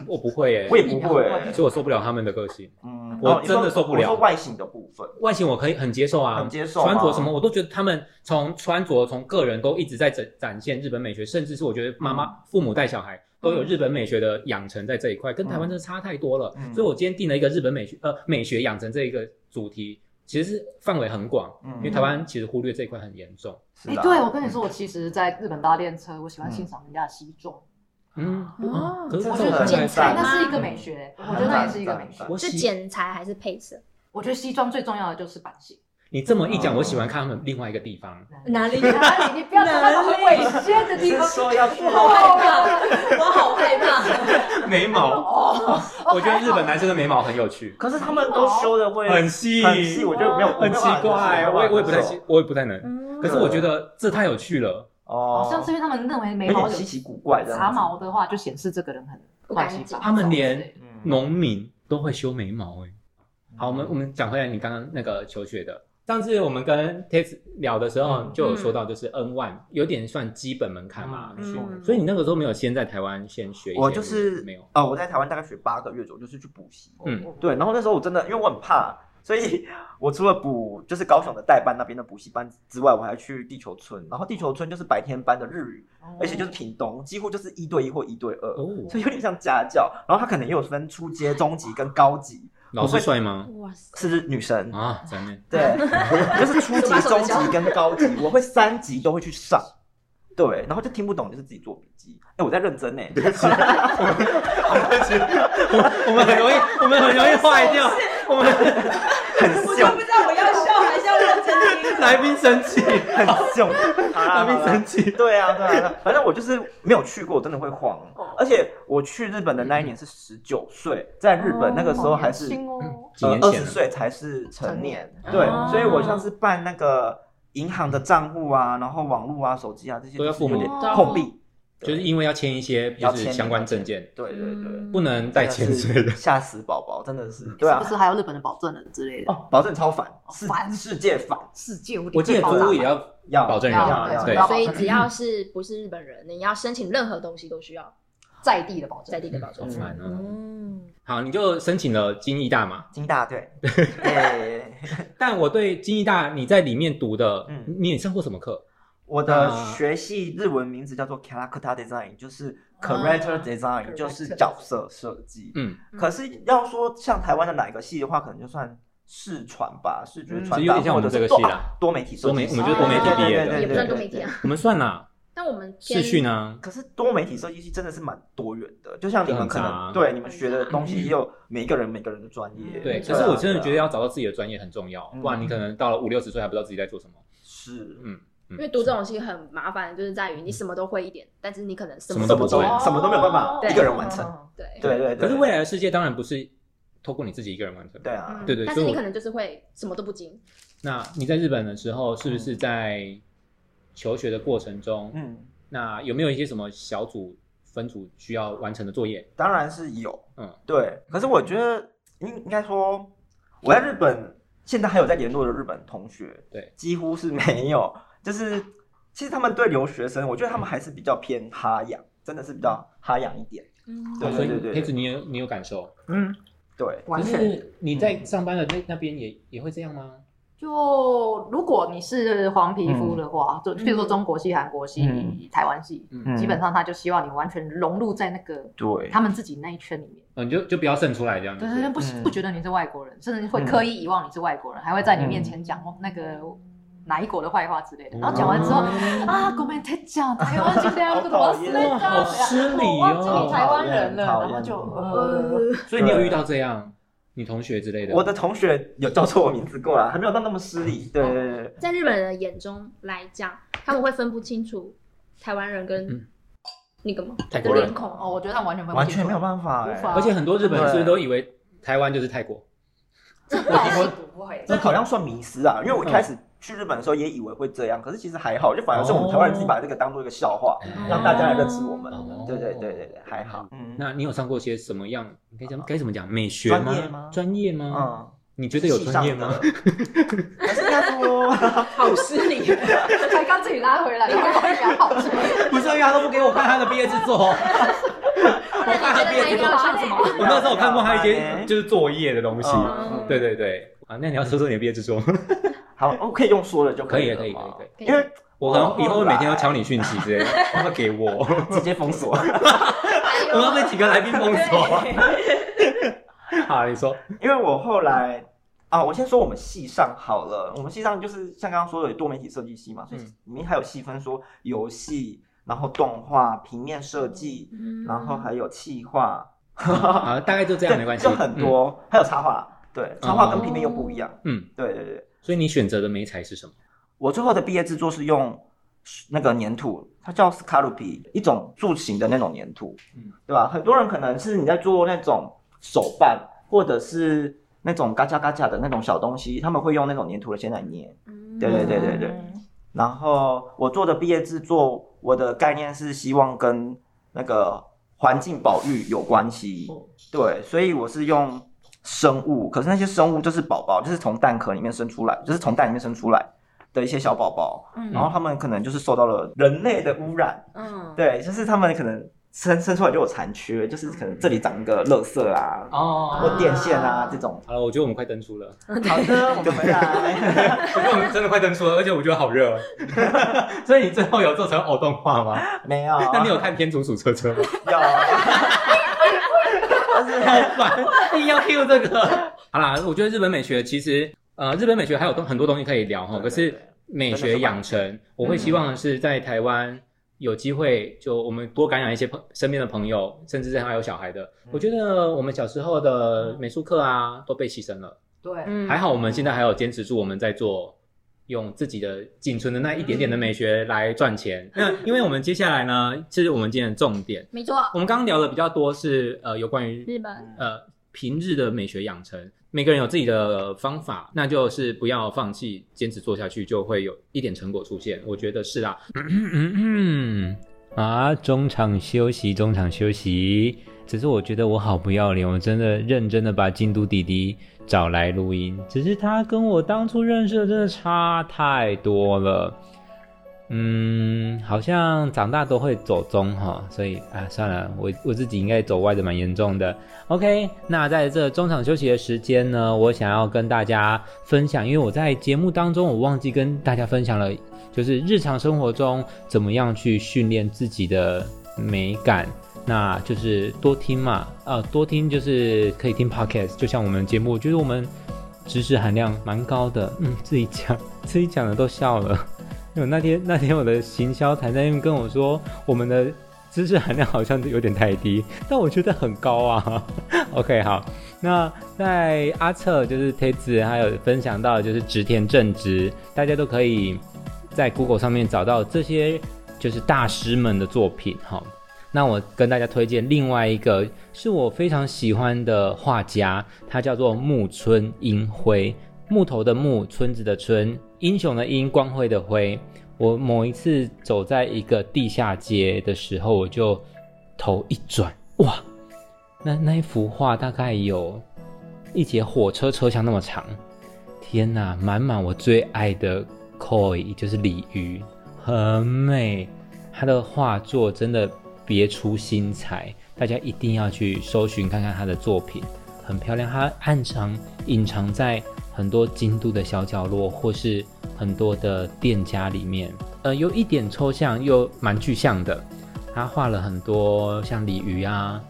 E: 我不会耶、
B: 我也不会，
E: 所以我受不了他们的个性。
B: 嗯，
E: 我
B: 然后你说
E: 真的受不了
B: 我说外形的部分，
E: 外形我可以很接受啊，
B: 很接受吗
E: 穿着什么我都觉得他们从穿着从个人都一直在展展现日本美学，甚至是我觉得妈妈、父母带小孩都有日本美学的养成在这一块，跟台湾真的差太多了。
B: 嗯
E: 所以我今天定了一个日本美学呃美学养成这一个主题，其实是范围很广，
B: 嗯
E: 因为台湾其实忽略这一块很严重。
B: 是
D: 哎，
B: 的啊，
D: 对我跟你说，我其实在日本搭电车，我喜欢欣赏人家的西装，
E: 嗯，
F: 哦
E: 可是
B: 这
E: 我
B: 是
E: 看
B: 剪
E: 起来
F: 裁
D: 哎，
F: 吗
D: 那是一个美学，
F: 嗯
D: 我觉得那也是一个美学。
E: 我
F: 是
E: 喜
F: 剪裁还是配色？
D: 我觉得西装最重要的就是版型。
E: 你这么一讲，我喜欢看他们另外一个地方。
F: 哪里
D: 啊你你不要讲到很猥亵的
B: 你
D: 地
B: 是
D: 方。
B: 说要去
F: 我好害怕，我好害怕。
E: 眉 毛，
D: 哦，
E: 我觉得日本男生的眉毛很有 趣，
B: 可是他们都修的会
E: 很细，
B: 很细，我觉得没有
E: 很奇怪，我也我也不太，
B: 没有办法接
E: 喜
B: 受
E: 我也不太能。
F: 嗯
E: 可是我觉得这太有趣了，
B: 哦，
D: 好像是因为他们认为眉
B: 有
D: 毛
B: 点稀奇古怪这样子
D: 杂毛的话，就显示这个人很
F: 不
D: 乱
F: 干
D: 七八
F: 净
D: 糟。
E: 他们连
B: 嗯
E: 农民都会修眉毛哎、好，我们我们讲回来你刚刚那个求学的。上次我们跟 t e s 聊的时候
B: 嗯
E: 就有说到，就是 N one 有点算基本门槛嘛，
B: 嗯
E: 学
F: 嗯
E: 所以你那个时候没有先在台湾先学一些，
B: 我就是
E: 没有，
B: 哦，我在台湾大概学八个月左右，就是去补习。
E: 嗯
D: 哦
B: 对，然后那时候我真的，因为我很怕，所以我除了补就是高雄的代班那边的补习班之外，我还去地球村。然后地球村就是白天班的日语，而
D: 哦
B: 且就是屏东，几乎就是一对一或一对二，
E: 哦
B: 所以有点像家教。然后他可能也有分初阶、中级跟高级，
E: 老师帅吗？
F: 哇塞，
B: 是女生。
E: 啊，咱们
B: 对，就是初级、中级跟高级，我会三级都会去上。对，然后就听不懂，就是自己做笔记。哎，我在认真呢。
E: 我们很容易，我们很容易坏掉，我们
B: 很凶，
C: 知道我要笑还是要认真听。
E: 来宾生气，
B: 很凶，
E: 来
B: 阿
E: 宾生气，
B: 对啊，对啊，对啊反正我就是没有去过，我真的会慌。
F: 哦
B: 而且我去日本的那一年是十九岁，在日本那个时候还是
D: 哦好年轻哦
E: 几
B: 呃
E: 年
B: 二
E: 前
B: 十
E: 了
B: 岁才是成年。
E: 成年
B: 对
E: 哦，
B: 所以我像是办那个银行的账户啊，然后网络啊、手机啊这些
E: 都要
B: 就是
E: 父母
B: 有点
D: 哦
B: 碰壁。
E: 就是因为要签一些
B: 要
E: 就是
B: 签
E: 相关证件，
B: 对对对，
E: 不能带潜水 的。
B: 吓死宝宝，真的是对啊
D: 是不。是还有日本的保证人之类的？
B: 哦，保证超烦，世
D: 烦
B: 世界烦，
D: 世界无敌
E: 我记得
D: 爆炸
E: 租屋也
D: 版
E: 要
B: 要
E: 保证人
B: 要
D: 要
B: 要
D: 对
B: 要
F: 所以只要是不是日本人，你要申请任何东西都需要
D: 在地的保证，
F: 在地的保证
E: 好。烦哦。
F: 嗯，
E: 好，你就申请了金艺大嘛。
B: 金大 队，对，
E: 但我对金艺大你在里面读的
B: 嗯，
E: 你你上过什么课？
B: 我的
E: 啊
B: 学系日文名字叫做 character design，就是 character design，、
F: character
B: 就是角色设计。
E: 啊嗯，
B: 可是要说像台湾的哪一个系的话，可能就算视传吧，视觉传
E: 嗯有
B: 达
E: 点像我
B: 或
E: 们
B: 者
E: 这个
B: 是
E: 系
B: 多
E: 啦
B: 啊多媒体设
E: 多媒
B: 计
E: 我
B: 系。
E: 们就是多媒体毕
B: 对对对
E: 业
B: 对
E: 的，
F: 也不算多媒体啊。
E: 我们算啦，
F: 但我们
E: 视
F: 偏
E: 讯啊，
B: 可是多媒体设计系真的是蛮多元的，就像你们可
E: 就很杂啊
B: 能对你们学的东西也有每一个人每个人的专业。
E: 对。
F: 嗯
E: 可是我真
B: 对啊
E: 的觉得要找到自己的专业很重要，
B: 嗯
E: 不然你可能到了五六十岁还不知道自己在做什么。
B: 是
E: 嗯，
F: 因为读这种戏很麻烦，就是在于你什么都会一点，但是你可能什
E: 什
F: 么
E: 么都
F: 都
E: 不
F: 不
E: 会
B: 嗯什么都什么都没有办法
D: 哦
F: 对
B: 一个人完成。
D: 嗯
F: 对
B: 对对对。
E: 可是未来的世界当然不是透过你自己一个人完成。
B: 对啊，
F: 嗯
E: 对对
F: 但
E: 所
F: 是
E: 以我
F: 你可能就是会什么都不精，
E: 那你在日本的时候，是不是在求学的过程中，
B: 嗯，
E: 那有没有一些什么小组、分组需要完成的作业？
B: 当然是有，
E: 嗯
B: 嗯，对。可是我觉得应应该说，我在日本现在还有在联络的日本同学，
E: 对，
B: 几乎是没有。 就是其实他们对留学生，我觉得他们还是比较偏哈养，真的是比较哈养一点。
F: 嗯
B: 对
E: 所以
B: 对对
E: 黑
B: 对
E: 子，你有你有感受？
B: 嗯，对，
D: 完
E: 可
D: 全
E: 是你在上班的那那边也也会这样吗？
D: 就如果你是黄皮肤的话，就譬如说中国系、韩国系、
B: 嗯
D: 台湾系，
E: 嗯
D: 基本上他就希望你完全融入在那个
B: 对，
D: 他们自己那一圈里面。
E: 嗯，你就就不要渗出来这样子。
D: 对对对，不
B: 嗯
D: 不觉得你是外国人，甚至会刻意遗忘你是外国人，还会在你面前讲哦那个哪一国的坏话之类的。
B: 哦
D: 然后讲完之后啊，ごめんなさい、台湾今天要
B: 好讨厌
E: 哇，好失礼
D: 我忘记你台
E: 哦！
D: 湾人了，
B: 好讨厌
D: 然后就呃，
F: 呃，
E: 所以你有遇到这样你同学之类的？
B: 我的同学有叫错我名字过来，还没有到那么失
D: 哦
B: 礼。对对对对，
F: 在日本人的眼中来讲，他们会分不清楚台湾人跟
E: 嗯
F: 那个吗？
E: 泰
F: 的
E: 国人
F: 脸孔
D: 哦，我觉得他们完全没有
B: 完全没有办法、
D: 无
B: 欸，
D: 法
E: 而且很多日本人是不是都以为台湾就是泰国？
D: 倒是不会，
B: 这好像算迷失啊，因为我一开始去日本的时候也以为会这样，可是其实还好，就反而是我们台湾人自己把这个当做一个笑话，让
E: 嗯
B: 大家来认识我们
E: 哦。
B: 对对对对对，还好。嗯
E: 那你有上过些什么样？你可以讲该怎么讲？美学
B: 专业吗
E: 专业吗？
B: 嗯，
E: 你觉得有专业吗？
B: 系上的？可是应该 说，
C: 好失礼，
D: 才刚自己拉回来，然后我讲好吃。
E: 不是，因为他都不给我看他的毕业制作。
F: 那你觉得哪一个好像什 么？
E: 我那时候有看过他一些
B: 就
E: 就是作业的东西。
B: 嗯
E: 对对对，啊，那你要说说你的毕业制作吗？
B: 好，我 可以用说的就
E: 可以
B: 了
E: 可以可
B: 吗
E: 以可以。
B: 因为
E: 我可能以后会每天都敲你讯息之类的，
B: 哦
E: 他会给我，
B: 直接封锁，
E: 我们要被几个来宾封锁。 好，你说，
B: 因为我后来啊，我先说我们系上好了，我们系上就是像刚刚说的有多媒体设计系嘛，所以
E: 嗯
B: 里面还有细分说游戏，然后动画、平面设计，
D: 嗯
B: 然后还有企划，
E: 啊，大概就嗯这样，没关系，嗯
B: 就很多，还有插画，对，插画跟
E: 哦
B: 平面又不一样，
E: 嗯。嗯，
B: 对对对。
E: 所以你选择的媒材是什么？
B: 我最后的毕业制作是用那个粘土，它叫 Scalupi，一种柱形的那种粘土，
E: 嗯
B: 对吧？很多人可能是你在做那种手办，或者是
F: 嗯
B: 那种嘎吱嘎吱的那种小东西，他们会用那种粘土的先来捏，对对对对对。然后我做的毕业制作，我的概念是希望跟那个环境保育有关系。对，所以我是用生物，可是那些生物就是宝宝，就是从蛋壳里面生出来，就是从蛋里面生出来的一些小宝宝，
G: 嗯
E: 哦
B: 然后他们可能就是受到了人类的污染。
G: 嗯，
B: 对，就是他们可能生生出来就有残缺，就是可能这里长一个垃圾啊，
E: 哦。
B: 或电线啊这种。
E: 好了，我觉得我们快登出了，
B: 好的，我们回来。
E: 我觉得我们真的快登出了，而且我觉得好热哦。所以你最后有做成偶动画吗？
B: 没有，
E: 那你有看《天竺鼠车车》吗？
B: 有。
E: 好烦，硬要 Q 这个。好啦，我觉得日本美学其实，呃，日本美学还有东很多东西可以聊哈。可
B: 对对
E: 是美学养成，我会希望的是在台湾有机会，就我们多感染一些朋身边的朋友，甚至是还有小孩的。我觉得我们小时候的美术课啊，都被牺牲 了。
B: 哦
G: 对，
D: 嗯
E: 还好我们现在还有坚持住我们在做。用自己的仅存的那一点点的美学来赚钱。那因为我们接下来呢，是我们今天的重点。
F: 没错，
E: 我们刚刚聊的比较多是呃有关于
F: 日本
E: 呃平日的美学养成，每个人有自己的方法，那就是不要放弃，坚持做下去，就会有一点成果出现。我觉得是啦，
A: 嗯嗯啊，中场休息，中场休息。只是我觉得我好不要脸，我真的认真的把京都弟弟找来录音，只是他跟我当初认识的真的差太多了。嗯，好像长大都会走中哈，所以啊，算了，我我自己应该走歪的蛮严重的。OK，那在这中场休息的时间呢，我想要跟大家分享，因为我在节目当中我忘记跟大家分享了就是日常生活中怎么样去训练自己的美感，那就是多听嘛，呃，多听就是可以听 podcast，就像我们节目，我觉得我们知识含量蛮高的，嗯，自己讲自己讲的都笑了， 因为那天那天我的行销台在那边跟我说，我们的知识含量好像有点太低， 但我觉得很高啊。OK，好，那在阿策就是推子还有分享到的就是植田正直，大家都可以在 Google 上面找到这些就是大师们的作品哈。那我跟大家推荐另外一个呃是我啊非常喜欢的画家，他叫做木村英辉，木头的木，村子的村，英雄的英，光辉的辉。我某一次走在一个地下街的时候，我就头一转，哇，那那一幅画大概有一节火车车厢那么长，天呐，满满我最爱的 koi 就是鲤鱼，很美，它的画作真的别出心裁，大家一定要去搜寻看看他的作品，很漂亮。它暗藏隐藏在很多京都的小角落，或是很多的店家里面，呃，有一点抽象又蛮具象的。他画了很多像鲤鱼啊，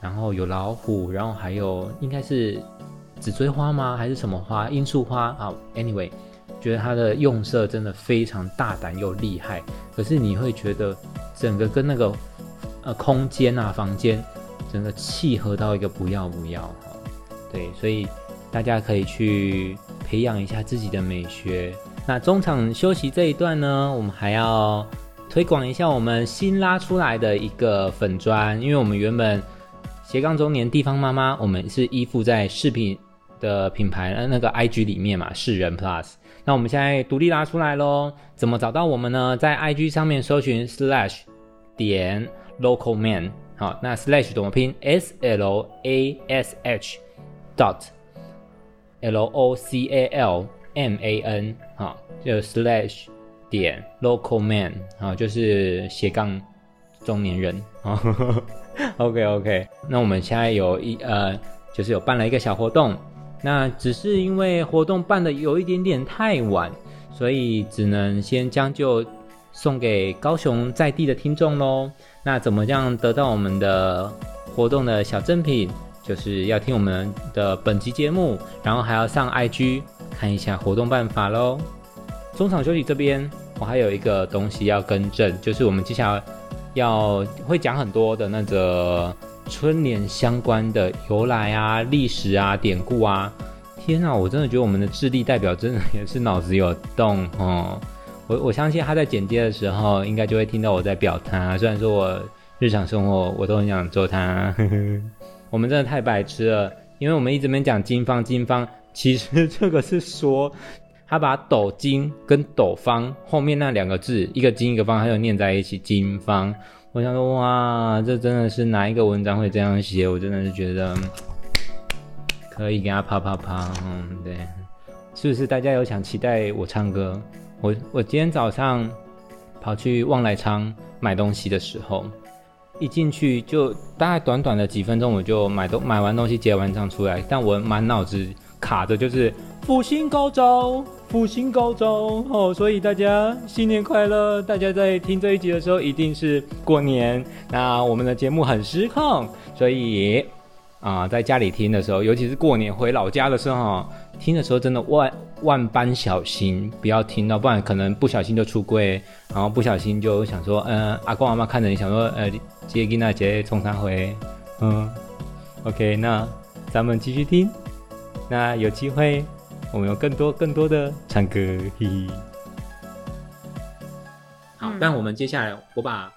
A: 然后有老虎，然后还有应该是紫锥花吗？还是什么花？罂粟花啊？Anyway，觉得它的用色真的非常大胆又厉害。可是你会觉得整个跟那个呃空间啊房间整个契合到一个不要不要哈。对，所以大家可以去培养一下自己的美学。那中场休息这一段呢，我们还要推广一下我们新拉出来的一个粉砖，因为我们原本斜杠中年地方妈妈，我们是依附在饰品的品牌呃那个 IG 里面嘛，世人 Plus。那我们现在独立拉出来喽，怎么找到我们呢？在 IG 上面搜寻 slash 点 local man，好，那 slash 怎么拼？S L A S H dot L O C A L M A N 啊，就 slash 点 local man 啊，就是斜杠中年人啊。OK OK，那我们现在有一呃，就是有办了一个小活动，那只是因为活动办的有一点点太晚，所以只能先将就送给高雄在地的听众喽。那怎么样得到我们的活动的小赠品？就是要听我们的本集节目，然后还要上 IG 看一下活动办法喽。中场休息这边，我还有一个东西要更正，就是我们接下来要会讲很多的那个春联相关的由来啊、历史啊、典故啊。天啊，我真的觉得我们的智力代表真的也是脑子有洞哦。我我相信他在剪接的时候，应该就会听到我在表他。虽然说我日常生活我都很想揍他， 呵呵我们真的太白痴了，因为我们一直没讲金方金方，其实这个是说
E: 他把斗金跟斗方后面那两个字，一个金一个方，他就念在一起，金方。我想说，哇，这真的是哪一个文章会这样写？我真的是觉得嗯可以给他啪啪啪。嗯，对，是不是大家有想期待我唱歌？我我今天早上跑去望来昌买东西的时候，一进去就大概短短的几分钟，我就买东买完东西结完账出来，但我满脑子卡着就是复兴高招，复兴高招哦，所以大家新年快乐！大家在听这一集的时候一定是过年，那我们的节目很失控，所以啊、在家里听的时候，尤其是过年回老家的时候，听的时候真的万万般小心，不要听到，不然可能不小心就出柜，然后不小心就想说，嗯、阿公阿妈看着你想说，呃，接给那姐冲他回，嗯，OK，那咱们继续听，那有机会我们有更多更多的唱歌，嘿嘿。好
F: 嗯，
E: 那我们接下来我把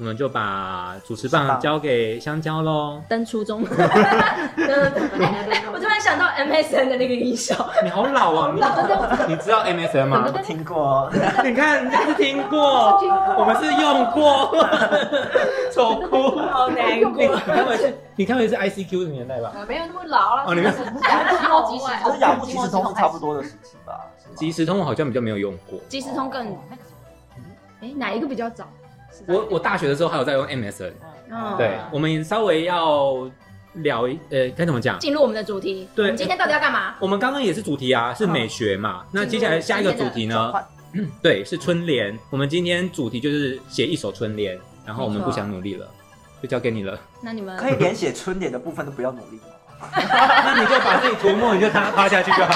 E: 我们就把主持棒交给香蕉喽。
F: 登初 中，
C: 我
F: 我突然想到 MSN 的那个音效，
E: 你好老啊！ 你你知道 MSN 吗？
B: 听过，
E: 你看，你是听过，我们是用 过，丑哭。
F: 好难
E: 你你看我是，你看我是 ICQ 的年代吧？
D: 没有那么老了
E: 哦你们
D: 超级时
B: 跟雅虎即
D: 其实
B: 时通是差不多的时期吧？
E: 即时通我好像比较没有用过。
F: 即时
D: 哦
F: 通更，哎，哪一个比较早？
E: 我我大学的时候还有在用 MSN。
F: 嗯
E: 对，啊我们稍微要聊一，呃，该怎么讲？
F: 进入我们的主题，
E: 对
F: 我们今天到底要干嘛？
E: 我们刚刚也是主题啊，是美学嘛。那接下来下一个主题
B: 啊
E: 呢？对，是春联。我们今天主题就是写一首春联，然后我们
F: 没
E: 不
F: 错
E: 想努力了，就交给你了。
F: 那你们
B: 可以 连写春联的部分都不要努力吗？
E: 那你就把自己涂抹，你就趴趴下去就好。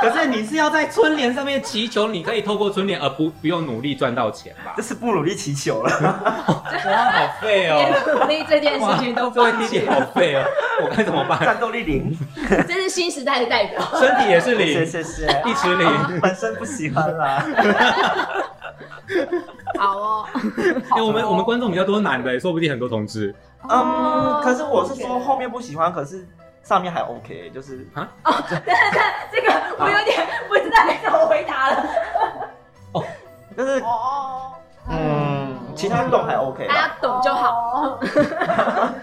E: 可是你是要在春联上面祈求，你可以透过春联而不不用努力赚到钱吧
B: 这？是不努力祈求了。
E: 哇，好废 哦！
F: 努力这件事情都
E: 这
F: 放
E: 位弟
F: 弃
E: 弟，好废哦，我该怎么办？
B: 战斗力零，
F: 这是新时代的代表。
E: 身体也是
B: 谢
E: 零，
B: 谢谢。
E: 一尺零。
B: 本身不喜欢啦，
F: 好哦，
E: 哎，我们我们观众比较多男的，说不定很多同志。
B: 嗯，可是我是
F: 觉得
B: 说后面不喜欢，可是上面还 OK，就是
F: 这个我有点不知道该怎么回答了。
B: 就是
D: 哦，
B: 嗯，其他动还 OK
F: 大
B: 啦。
F: 家懂就好。
D: 好。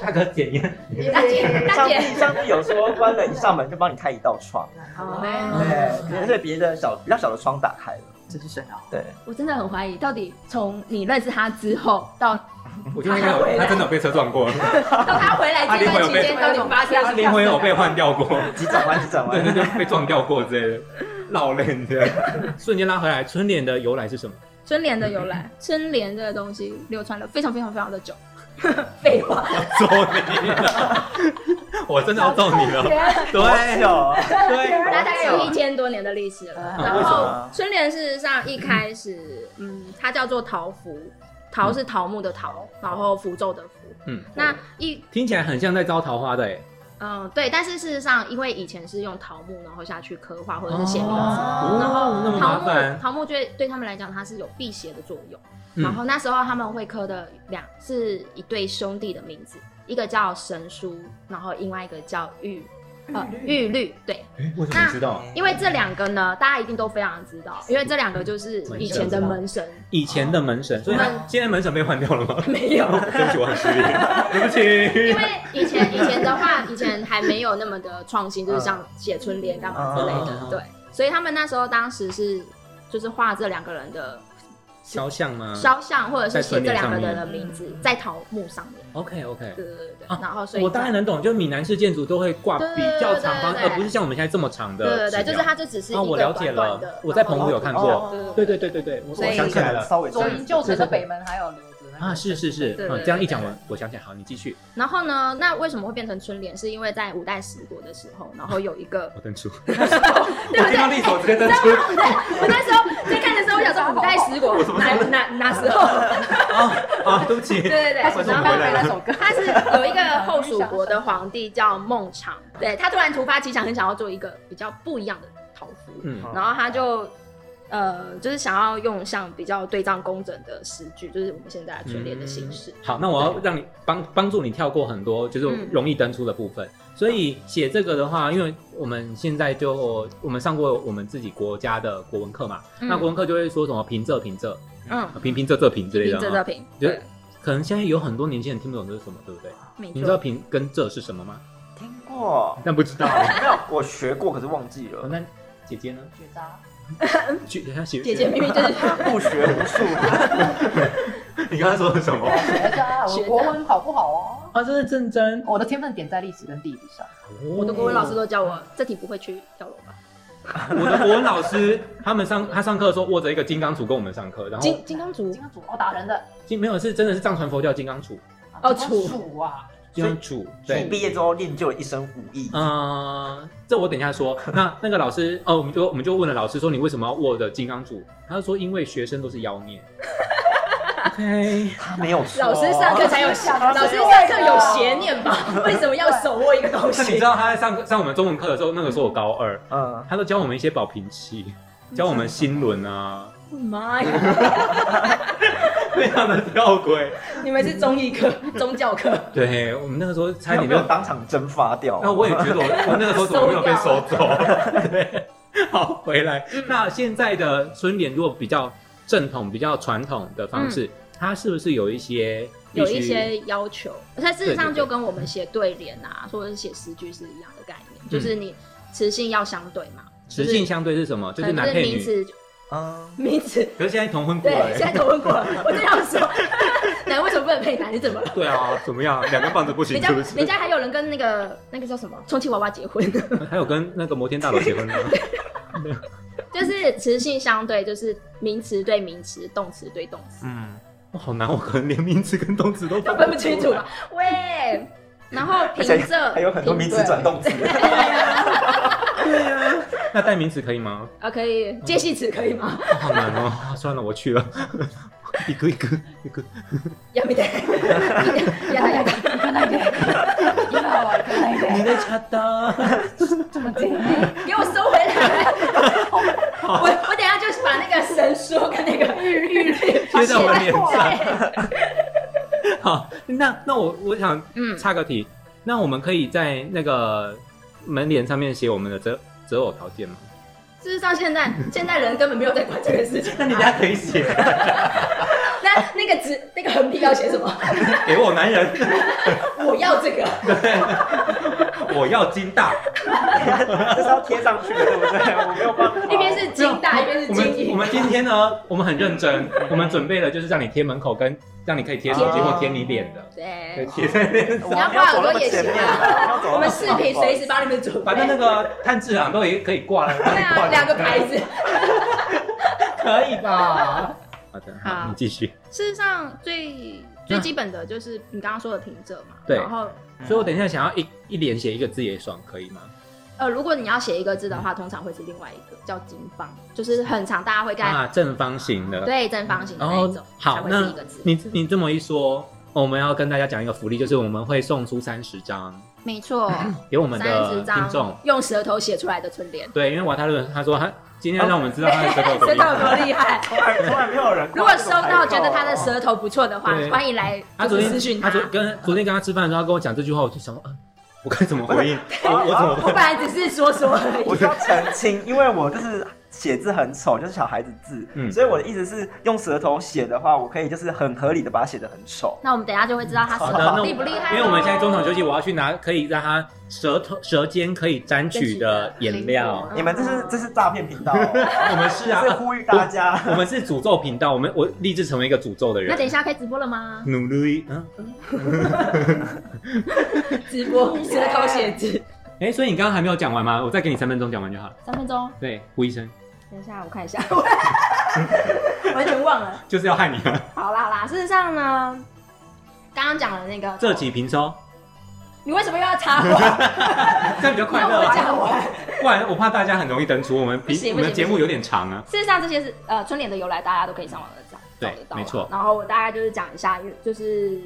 E: 大哥检验，
F: 大姐，大
B: 上帝
F: 姐，
B: 上帝有说关了一扇门就帮你开一道窗，
F: 好
D: 嗯
B: 对，而且别的小比较小的窗打开了，
D: 这是谁啊？
B: 对，
F: 我真的很怀疑，到底从你认识他之后到
E: 我觉 得应该有
B: 哎
E: 他真的有被车撞过，
F: 到他回来这段期间，到底发生
E: 他
F: 什
E: 灵
F: 么
E: 魂
F: 事？
E: 有被换 掉过。
B: 急转弯急转
E: 对对
B: 弯，
E: 对，被撞掉过之类的，绕链这样。瞬间拉回来，春联的由来 是什么？
F: 春联的由来，春联这个东西流传了非常非常非常的久。废话，
E: 揍你了！ 我真的要揍你了！对
B: 有，
E: 对，
F: 大
B: 哦
F: 概有一千多年的历史了。
D: 嗯
F: 然
B: 为什
F: 后
B: 么
F: 春联事实上一开始，嗯，它叫做桃符，桃是桃木的桃，然后符咒的符。
E: 嗯，
F: 那一
E: 听起来很像在招桃花的哎。
F: 嗯对，但是事实上，因为以前是用桃木，然后下去刻画或者是写名字，
E: 哦
F: 然后
E: 那么
F: 桃
E: 麻
F: 木
E: 烦。
F: 桃木对对他们来讲，它是有辟邪的作用。
E: 嗯
F: 然后那时候他们会刻的两是一对兄弟的名字，一个叫神书，然后另外一个叫玉，呃玉律。对，
E: 哎，为什么你知道？
F: 因为这两个呢，大家一定都非常知道，因为这两个就是以前的门神。
E: 以前的门神，所以他现在门神被换掉了 吗？
F: 没有
E: 对不起，我很失礼，对
F: 因
E: 不起。
F: 为以前以前的话，以前还没有那么的创新，就是像写春联干嘛之类
E: 嗯
F: 的，对，所以他们那时候当时是就是画这两个人的
E: 肖像吗
F: 肖像，或者是写这两个人
E: 在
F: 的名字在桃木上面，
E: ？OK OK。
F: 对对对对
E: 嗯啊，
F: 然后所以
E: 我大概能懂，就是闽南式建筑都会挂
F: 对对
E: 比
F: 对
E: 较长方，
F: 对对
E: 而
F: 对
E: 不是像我们现在这么长的
F: 对对对，
E: 指
F: 就
E: 标
F: 是它就只是一
E: 啊，我
F: 个
E: 了解
F: 短短
E: 了
F: 的，，
E: 我在澎湖有看过。
B: 哦
E: 对对对对对，我
D: 所以
E: 我想起来了
B: 稍微
D: 左营旧城的北门还有留着那个
E: 啊，是是是
F: 哦对，对
E: 啊，
F: 对
E: 这样一讲我我想起来，好，你继续，
F: 然后呢，那为什么会变成春联？是因为在五代十国的时候，然后有一个
E: 我登出，
F: 对不
E: 我听到
F: 对？
E: 利索直接登 出，
F: 我那时候在看的时候，我想说五代十 国哪哪哪时候？
E: 啊，对不起
F: 对，对对，然后
E: 为什么
D: 刚
E: 回
D: 刚
E: 来
D: 那
E: 了
D: 首歌，
F: 他是有一个后蜀国的皇帝叫孟昶，对他突然突发奇想，很想要做一个比较不一样的桃符，
E: 嗯
F: 然后他就呃，就是想要用像比较对仗工整的诗句，就是我们现在全联的形式。
E: 好，那我要让你帮帮助你跳过很多就是
F: 嗯
E: 容易登出的部分。所以写这个的话，因为我们现在就我们上过我们自己国家的国文课嘛，
F: 嗯
E: 那国文课就会说什么平仄平仄，
F: 嗯，
E: 平平仄仄平之类
F: 平
E: 的。啊
F: 仄仄。平，
E: 就
F: 对，
E: 可能现在有很多年轻人听不懂这是什么，对不对？
F: 没
E: 你知道
F: 错。
E: 平跟仄是什么吗？
B: 听过，
E: 但不知道。
B: 没有，我学过，可是忘记
E: 哦
B: 了。
E: 那姐姐呢？
D: 绝渣。
E: 去她写
F: 姐姐明明就是
B: 不学无术，
E: 你刚才说的什么？
D: 绝渣，我
F: 学渣
D: 国文考不好哦。
E: 啊，这是正真。
D: 我的天分点在历史跟地理上，
F: 我
E: 我
F: 的国文老师都叫我这题不会去跳楼吧？
E: 我的国文老师，他们上他上课的时候握着一个金刚杵跟我们上课，然后
F: 金金刚
D: 金
F: 竹
D: 刚杵哦打人的
E: 金没有是真的是藏传佛教金刚杵，
D: 啊
F: 哦
D: 金刚
F: 杵
D: 杵啊，
E: 金刚杵
B: 所以
E: 对。
B: 毕业之后练就了一身武艺。
E: 嗯，这我等一下 说。那那个老师，哦，我们就我们就问了老师说，你为什么要握着金刚杵？他就说因为学生都是妖孽。OK，
B: 他没有错，
F: 老师上课才有，老师上课有邪念吧？为什么要手握一个东
E: 那你
F: 西
E: 知？道他在上课上我们中文课的时候，那个时候我高二，
B: 嗯，
E: 他都教我们一些保平器，教我们心轮啊，
F: 妈呀！
E: 非常的吊诡。
F: 你们是中医科、宗教科，
E: 对我们那个时候差
B: 他有
E: 点
B: 没
E: 就
B: 有当场蒸发掉？
E: 那哦我也觉得 我我那个时候怎么没有被收走？ 对，好，回来。那现在的春联如果比较正统、比较传统的方式，它是不是有一些
F: 嗯有
E: 必
F: 一
E: 须
F: 些要求，它事实上
E: 对对对
F: 就跟我们写对联啊，或者是写诗句是一样的概念，
E: 嗯
F: 就是你词性要相对嘛，
E: 词性相对是什么？就
F: 可
E: 是
F: 能
E: 男
F: 是
E: 配
F: 名
E: 女。
F: 词
B: 嗯，
F: 名词。
E: 可是现在同婚过
F: 对
E: 了，欸
F: 现在头昏过来，我这样 说，男为什么不能配男？你怎么了？
E: 对啊，怎么样？两根棒子不行
F: 人家
E: 是不是
F: 人？家还有人跟那个那个叫什么充气娃娃结婚，
E: 还有跟那个摩天 大楼结婚吗？
F: 就是词性相对，就是名词对名词，动词对动 词，
E: 嗯，哇，好难，我可能连名词跟动词都
F: 都分不清楚。喂，
E: 嗯
F: 然后平
B: 而且
F: 仄
B: 还有很多名词
F: 平
B: 转动词，
E: 对啊， 那代名词可以吗？
F: 啊，可以介系词可以吗？
E: 哦好难 哦，算了，我去了。一个一个一个，
F: や めて。やだやだ。
D: 行かないで。今は行かない
E: 你
D: で。
E: 在插刀。
D: ちょっと待って。
F: 给我收回来！我我等一下就把那个神说跟那个玉玉
E: 贴在我脸上。
F: 对
E: 好，那那我我想
F: 嗯
E: 插个题，那我们可以在那个门帘上面写我们的择择偶条件吗？
F: 事实上，现在现在人根本没有在管这个事情。
E: 那你等下可以写，
F: 那那个纸那个横批要写什么？
E: 给我男人，
F: 我要这个。
E: 我要金大。
B: 这是要贴上去的，对不对？我没有办法。
F: 一边是金大，一边是
E: 我
F: 金
E: 们我
F: 银。
E: 们今天呢，我们很认真，我们准备了就是让你贴门口跟让你可以贴手机
B: 啊
E: 或贴你脸的，对，
F: 对，
E: 贴在那。
B: 我们
F: 你要
B: 要
F: 挂
B: 走
F: 耳
B: 那
F: 朵
B: 么
F: 也
B: 前
F: 行
B: 面
F: 啊。
B: 要走那么
F: 我们视频随时帮你们准备。
E: 反正那个炭治郎都也可以挂了，
F: 对啊，两个牌子。
E: 可以吧？好的，好，
F: 好
E: 你继续。
F: 事实上，最最基本的就是你刚刚说的平仄嘛。
E: 对
F: 然后
E: 所以我等一下想要一一连写一个字也爽，可以吗？
F: 呃，如果你要写一个字的
E: 嗯
F: 话，通常会是另外一个叫金方，就是很常大家会盖
E: 啊，正方形的。
F: 对正方形的
E: 然
F: 那
E: 后
F: 一种，才
E: 哦好，
F: 会是
E: 那
F: 一个字。
E: 你你这么一说，我们要跟大家讲一个福利，就是我们会送出三十张
F: 没错，
E: 给我们
F: 三
E: 的
F: 十
E: 听众
F: 张。用舌头写出来的春联，
E: 对，因为瓦塔伦他说他今天要让我们知道 他啊的舌头
F: 舌头
E: 怎么
F: 有
E: 样。
F: 多厉害？
B: 从来从来没有人。
F: 如果收到觉得他的，舌头不错的话
E: 哦对，
F: 欢迎来
E: 他
F: 就
E: 昨
F: 是私
E: 天
F: 讯
E: 他
F: 他。
E: 昨跟昨天跟他吃饭的时候，他跟我讲这句话，我就想说，呃我该怎么回应？我我怎么
F: 我本来只是说说而
B: 我
F: 已。
B: 需要澄清，因为我就是写字很丑，就是小孩子字，
E: 嗯
B: 所以我的意思是用舌头写的话，我可以就是很合理的把它写的很丑。
F: 那我们等一下就会知道他舌
E: 好的那
F: 头
E: 我
F: 厉不厉害咯。
E: 因为我们现在中场休息，我要去拿可以让他舌头舌尖可以沾取的颜料。
B: 你们这是这是诈骗频道哦、
E: 我们是啊
B: 这是，呼吁大家。
E: 我们是诅咒频道，我们我立志成为一个诅咒的人
F: 那。等一下开直播了 吗？
E: 努力，嗯，
F: 直播舌头写字，
E: 哎、所以你刚刚还没有讲完吗？我再给你三分钟讲完就好了。
F: 三分钟。
E: 对，胡医生
F: 等一下，我看一下， 完全忘了。
E: 就是要害你啊！
F: 好啦好啦，事实上呢，刚刚讲的那个，
E: 这期平收，
F: 你为什么又要插我？
E: 这样比较
F: 你
E: 快
F: 让
E: 乐、
F: 我
E: 啊。
F: 讲完。
E: 不然我怕大家很容易登出，我们
F: 不行
E: 平我
F: 不行
E: 们节目有点长啊。
F: 事实上，这些是呃春联的由来，大家都可以上网的找
E: 对
F: 找得到啦。
E: 没错
F: 然后我大概就是讲一下，就是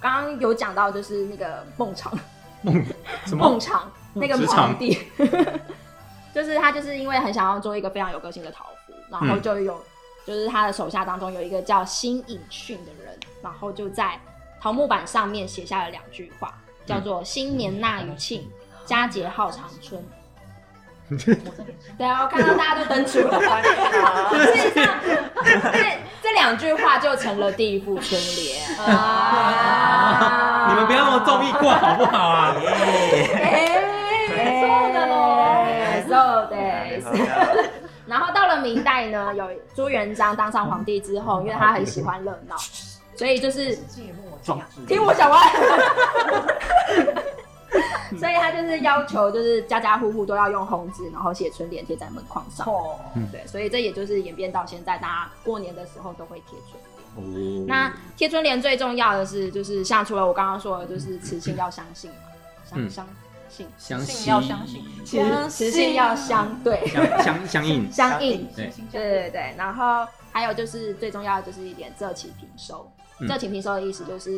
F: 刚刚有讲到，就是那个孟尝，
E: 梦什么
F: 孟尝
E: 孟
F: 那个
E: 职场
F: 皇帝， 就是他就是因为很想要做一个非常有个性的桃符，然后就有、就是他的手下当中有一个叫新颖训的人，然后就在桃木板上面写下了两句话，叫做“新年纳余庆，佳节号长春”。对啊，我看到大家都登出了，事实上这这两句话就成了第一副春联啊！哎
E: 你们不要那么重易挂好不好啊？
F: 错的喽，错
B: 哎
F: 的。然后到了明代呢，有朱元璋当上皇帝之后，因为他很喜欢热闹，所以就是
B: 壮志
F: 听我讲 完。所以他就是要求，就是家家户户都要用红纸，然后写春联贴在门框上。
D: 哦，
E: 嗯
F: 对，所以这也就是演变到现在，大家过年的时候都会贴春联。
E: 哦
F: 那贴春联最重要的是，就是像除了我刚刚说的，就是词性要相信嘛，相
E: 嗯
F: 相信，
E: 相
D: 信要相信
F: 其实词性要相对
E: 相相相应，
F: 相应。
E: 对
F: 对对对，然后还有就是最重要的就是一点仄起平收。
E: 嗯
F: 仄起平收的意思就是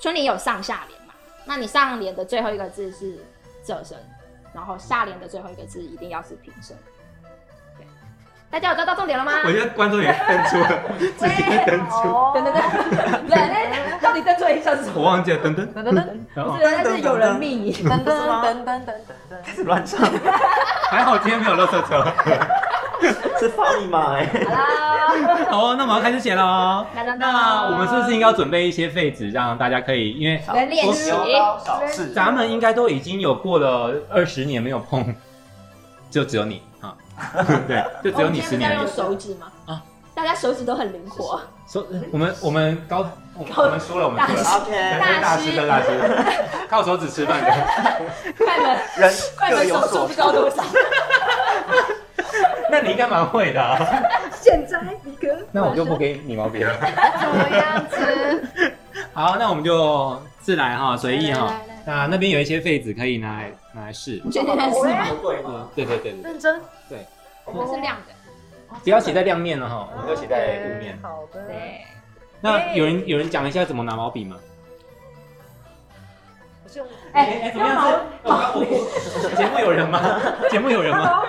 F: 春联有上下联嘛，那你上联的最后一个字是仄声，然后下联的最后一个字一定要是平声。对，大家有抓到重点了吗？
E: 我觉得观众也登出了，直接登出，
D: 哦，
F: 等等 等，对，那到底在做一下是什
E: 我
F: 么？
E: 忘记了，噔噔
D: 噔噔噔
E: 然后
F: 对，但是有人密你。
D: 噔噔噔噔噔噔
B: 开
D: 噔，
B: 始乱唱，
E: 还好今天没有垃圾车。
B: 是放密码哎。
F: 好啦，
E: 好哦，那我们要开始写了哦。
F: 那那
E: 那我们是不是应该要准备一些废纸，让大家可以，因为
F: 来练习？
B: 有高少是
E: 咱们应该都已经有过了二十年没有碰，就只有你啊， 对，就只有你十年
F: 哦我们现在不是
E: 而已。
F: 要用手指吗？
E: 啊
F: 啊，大家手指都很灵 活。
E: 说我们我们高，我我们输了，我们输了。
B: OK，
F: 大
E: 大
F: 师
E: 师的大师，靠手指吃饭的。
F: 快门，
B: 人
F: 快
B: 各
F: 门
B: 有
F: 手
B: 所
F: 速不知
B: 长。
F: 道多 少。
E: 那你应该蛮会的啊。
F: 现在一个。
E: 那我就不给你毛笔了。
D: 怎么样子？
E: 好，那我们就自来哈，随意哈
F: 来来来。
E: 那那边有一些废纸可以拿来拿来试。
F: 确定是吗？
E: 嗯，对对对对，
D: 认真，
F: 它是亮
D: 哦
F: 的。
E: 不要写在亮面了哈，我们就写在雾面。
D: 好的，
F: 对，
E: 那有人有人讲一下怎么拿毛笔吗？
D: 我是用
E: 哎，怎么样？是我我节目有人吗？ 节目有人吗？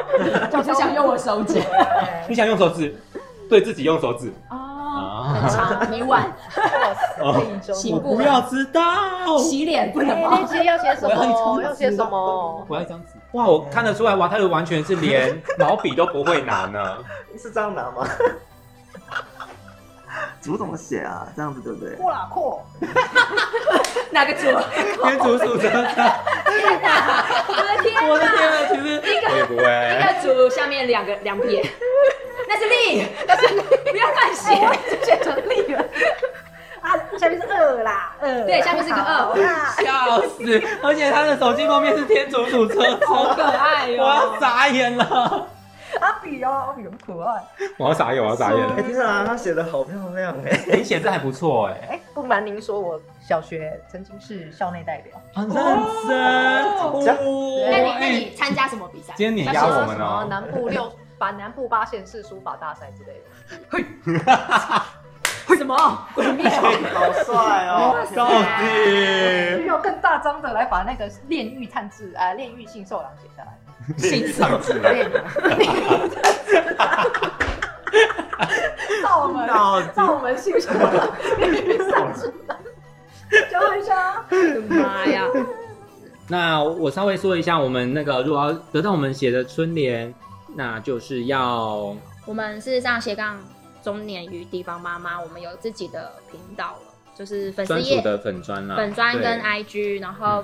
F: 我只想用我手指。
E: 你想用手指，对自己用手指
F: 哦，很
E: 啊？
F: 长，每晚
E: 哦，
F: 醒
E: 不
F: 不
E: 要
F: 来，
E: 知道。
F: 洗脸不能
D: 那
F: 吗？
D: 集要写什
E: 我要一张
D: 么？
E: 纸
D: 要写什么？
E: 我要一张纸。哇，我看得出来，瓦泰伦完全是连毛笔都不会拿呢。
B: 是这样拿吗？ 竹怎么写啊？这样子对不对？
D: 扩啦扩，
F: 哪个组？
E: 天竺鼠真的，
F: 我的天
E: 我的
F: 哪！
E: 天啊！其实我也不
F: 一
E: 会。
F: 个组下面两个两撇，那是力，那是力，不要乱写。
D: 哦写成立了。啊，下面是二啦，二
F: 对，下面是个二，
E: 笑死！而且他的手机封面是天竺鼠车
F: 好
E: 车，
F: 可爱
E: 我
F: 哟
E: 要。傻眼了！
D: 阿比哦，阿比很可爱。
E: 我要傻眼，我要傻眼
B: 哎，天啊，他写的好漂亮哎！
E: 你写字还不错哎，
D: 哎，不瞒您说，我小学曾经是校内代表，
F: 啊
E: 很认真。哦
F: 那你那你参加什么比赛？
E: 今天碾
D: 那
E: 压
D: 时候
E: 我
D: 什
E: 们
D: 么
E: 哦！
D: 南部六，把南部八县市书法大赛之类的。
F: 什么？鬼灭哦？
B: 好帅 哦！
E: 到底
D: 有更大张的来把那个炼狱探治啊，炼狱性受狼写下来。
E: 性上子了，
D: 炼狱，造门，
E: 到底
D: 造门性受狼，炼狱探治。教一下，
F: 妈呀！
E: 那我稍微说一下，我们那个如果要得到我们写的春联，那就是要
F: 我们事实上斜杠中年与地方妈妈，我们有自己的频道了，就是粉丝
E: 专属
F: 页、
E: 的粉砖啦，
F: 粉砖跟
E: 啊对嗯
F: IG，然后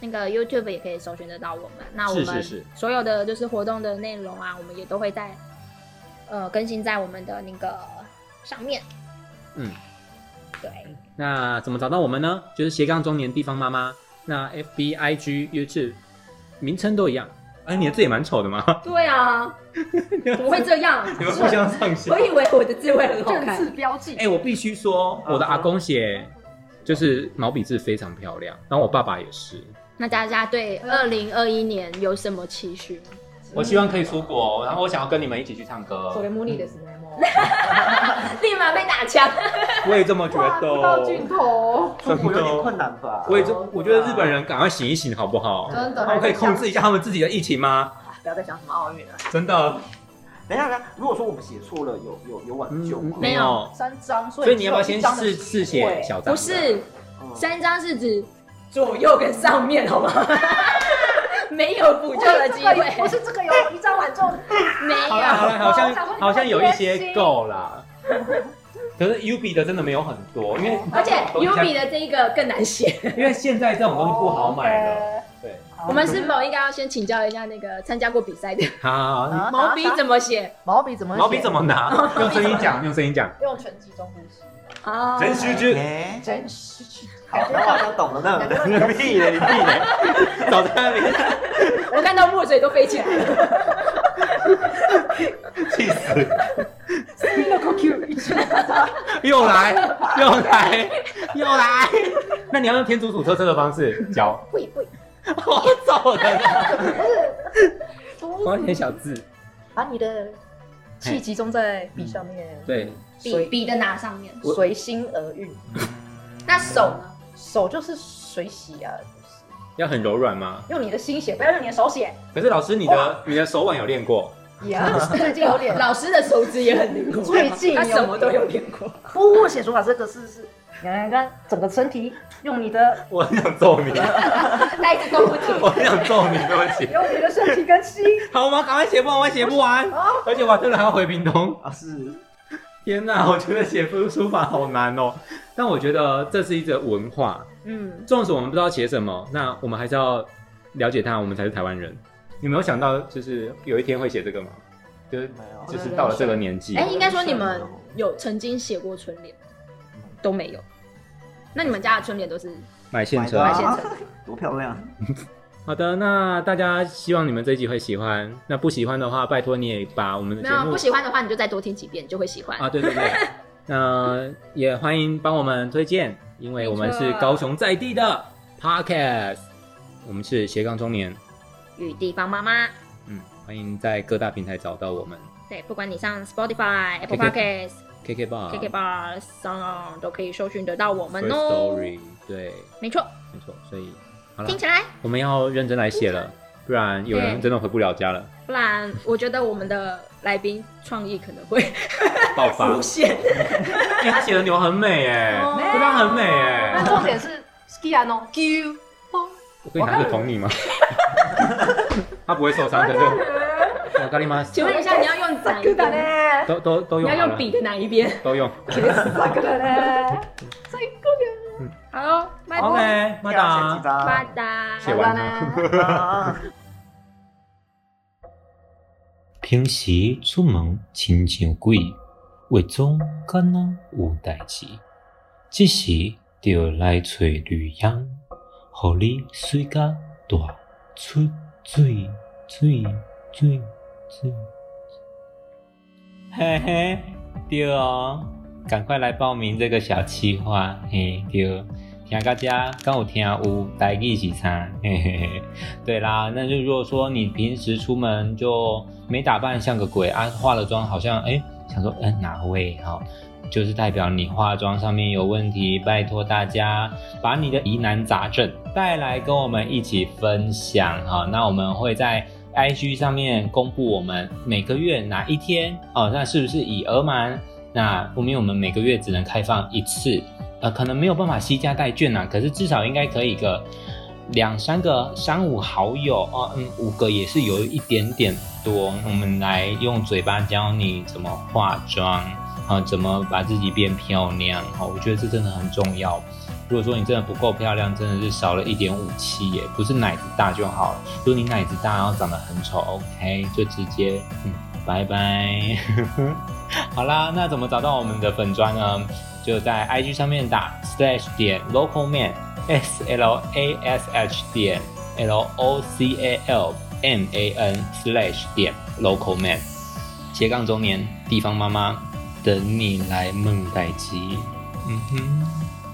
F: 那个 YouTube 也可以搜寻得到我们。那我
E: 是
F: 们
E: 是是
F: 所有的就是活动的内容啊，我们也都会在呃更新在我们的那个上面。
E: 嗯，
F: 对，
E: 那怎么找到我们呢？就是斜杠中年地方妈妈，那 FB、IG、YouTube 名称都一样。哎、你的字也蛮丑的嘛，
F: 对啊，怎么会这样？
E: 你们互相上下
F: 我。以为我的字会很好
D: 正
F: 看，
D: 字标 记
E: 哎、。我必须说，我的阿公写就是毛笔字非常漂亮，然后我爸爸也是。
F: 那大家对二零二一年有什么期许吗？
E: 我希望可以出国，然后我想要跟你们一起去唱歌。
D: 所以目的的什么？
F: 立马被打枪。
E: 我也这么觉
D: 哇，
E: 得
D: 不到尽
E: 哦。
D: 头。
B: 中国有点困难吧？
E: 我也这，我觉得日本人赶快醒一醒好不好？
D: 真的
E: 他们可以控制一下他们自己的疫情吗？
D: 不要再想什么奥运了，
E: 真的
B: 等一下，等一下，如果说我们写错了，有有有挽救吗？
E: 嗯
F: 没有，
D: 三张，
E: 哦
D: 所以
E: 所以你要不要
D: 只
E: 先
D: 有一张的
E: 试
D: 机会
E: 试写小张？
F: 不是
B: 嗯
F: 三张是指
D: 左右跟上 面，好吗？
F: 没有补救的机会，
D: 不是这个有一张 完之后，
F: 没
E: 好啦好
F: 有。
E: 啦，好
D: 我想说
E: 像
D: 你
E: 好像有一
D: 好贴
E: 些
D: 心
E: 够啦。 可是 U B 的真的没有很多，因为
F: 而且 U B 的这一个更难写。
E: 因为现在这种东西不好买了。
D: 了。
E: 对，
D: 好
F: 我们是否应该要先请教一下那个参加过比赛 的
E: 好，你
D: 啊
F: 毛笔
D: 打打
F: 怎么写？
D: 毛笔怎么写
E: 毛笔怎么拿？用声音讲，用声音讲。
D: 用全集中呼吸？
F: 啊
E: 真虚之，
B: 哎，
D: 真是
B: 好，那我好像懂了呢。你屁嘞，你屁嘞！
E: 早在那边
F: 我看到墨水都飞起来了。
E: 气死，又来又来又来。那你要用天竺鼠车车的方式教，
F: 不不，
E: 我走了。我要写小字，
D: 把你的气集中在笔上面，
E: 对，
F: 笔笔的拿上面。
E: 我
D: 随心而运。
F: 那手呢？
D: 手就是水洗啊，就是
E: 要很柔软吗？
D: 用你的心写，不要用你的手 写。
E: 可是老师，你的你的手腕有练过？
D: 最近有点，
F: 老师的手指也很灵活，
D: 最近有
F: 他什么都有练过。
D: 不过写书法这个是是，你看看整个身体，用你的
E: 我很想 揍你，
F: 袋子都不停。
E: 我很想揍你，对不起。
D: 用你的身体跟心。
E: 好，我们赶快写不完，我写不完，
F: 哦
E: 而且我真的还要回屏东。
B: 啊是，
E: 天哪， 我觉得写书书法好难哦。但我觉得这是一个文化，
D: 嗯，
E: 纵使我们不知道写什么，那我们还是要了解它，我们才是台湾人。你没有想到，就是有一天会写这个吗？就是
B: 没有
E: 就是到了这个年纪，
F: 哎、应该说你们有曾经写过春联，都没有。那你们家的春联都是
E: 买现车。
F: 买
B: 啊
F: 现成
B: 多漂亮！
E: 好的，那大家希望你们这一集会喜欢。那不喜欢的话，拜托你也把我们的
F: 没
E: 节
F: 有啊
E: 目
F: 不喜欢的话，你就再多听几遍，你就会喜欢。
E: 啊，对 对对。那也欢迎帮我们推荐，因为我们是高雄在地的 podcast，我们是斜杠中年，
F: 与地方妈妈，
E: 嗯，欢迎在各大平台找到我们
F: 对，不管你上 Spotify、Apple
E: KK
F: Podcasts、
E: KK Bar、
F: KK Bar、Sound 都可以搜寻得到我
E: First
F: 们哦。
E: Story，对，啊
F: 没错，
E: 没错，所以好了
F: 听，起来，
E: 我们要认真来写了，不然有人
F: 对
E: 真的回不了家了，
F: 不然我觉得我们的来宾创意可能会
E: 爆发
F: 无。限。
E: 哎，他写的牛很美哎，
F: 哦
E: 对他很美哎，
D: 但重点是 ski 啊 no q
E: 我可以拿着捅你吗？他不会受伤 的，对不对。我咖喱吗？
F: 请问一下，你要用哪一边？
D: 呢？
E: 都都都
F: 你
E: 用
F: 要
E: 好了
F: 用笔的哪一边？
E: 都用。
D: 这个呢？
F: 好喽，拜拜，
E: OK，
B: 感谢
E: 马达
B: 记。得
F: 拜拜。
E: 写完它。
B: 啊
G: 平时出门亲像鬼，化妆敢若有代志，这时就来找吕阳，互你水甲大出水水水水。
E: 嘿嘿，对哦，赶快来报名这个小企划，嘿对。听到这，刚有听有台语是啥？嘿嘿嘿，对啦，那就如果说你平时出门就没打扮像个鬼啊，化了妆好像哎，想说嗯哪位哈、就是代表你化妆上面有问题，拜托大家把你的疑难杂症带来跟我们一起分享哈。那我们会在 IG 上面公布我们每个月哪一天哦，那是不是以额满？那因为我们每个月只能开放一次，呃，可能没有办法惜家带眷呐、可是至少应该可以个两三个、三五好友哦，嗯，五个也是有一点点多。我们来用嘴巴教你怎么化妆，啊，怎么把自己变漂亮，好，我觉得这真的很重要。如果说你真的不够漂亮，真的是少了一点武器耶，不是奶子大就好了。如果你奶子大然后长得很丑，OK，就直接嗯，拜拜。 好啦，那怎么找到我们的粉砖呢？就在 IG 上面打 slash 点 local man s l a s h 点 l o c a l m a n slash 点 local man 斜杠中年地方妈妈等你来梦代机。嗯哼。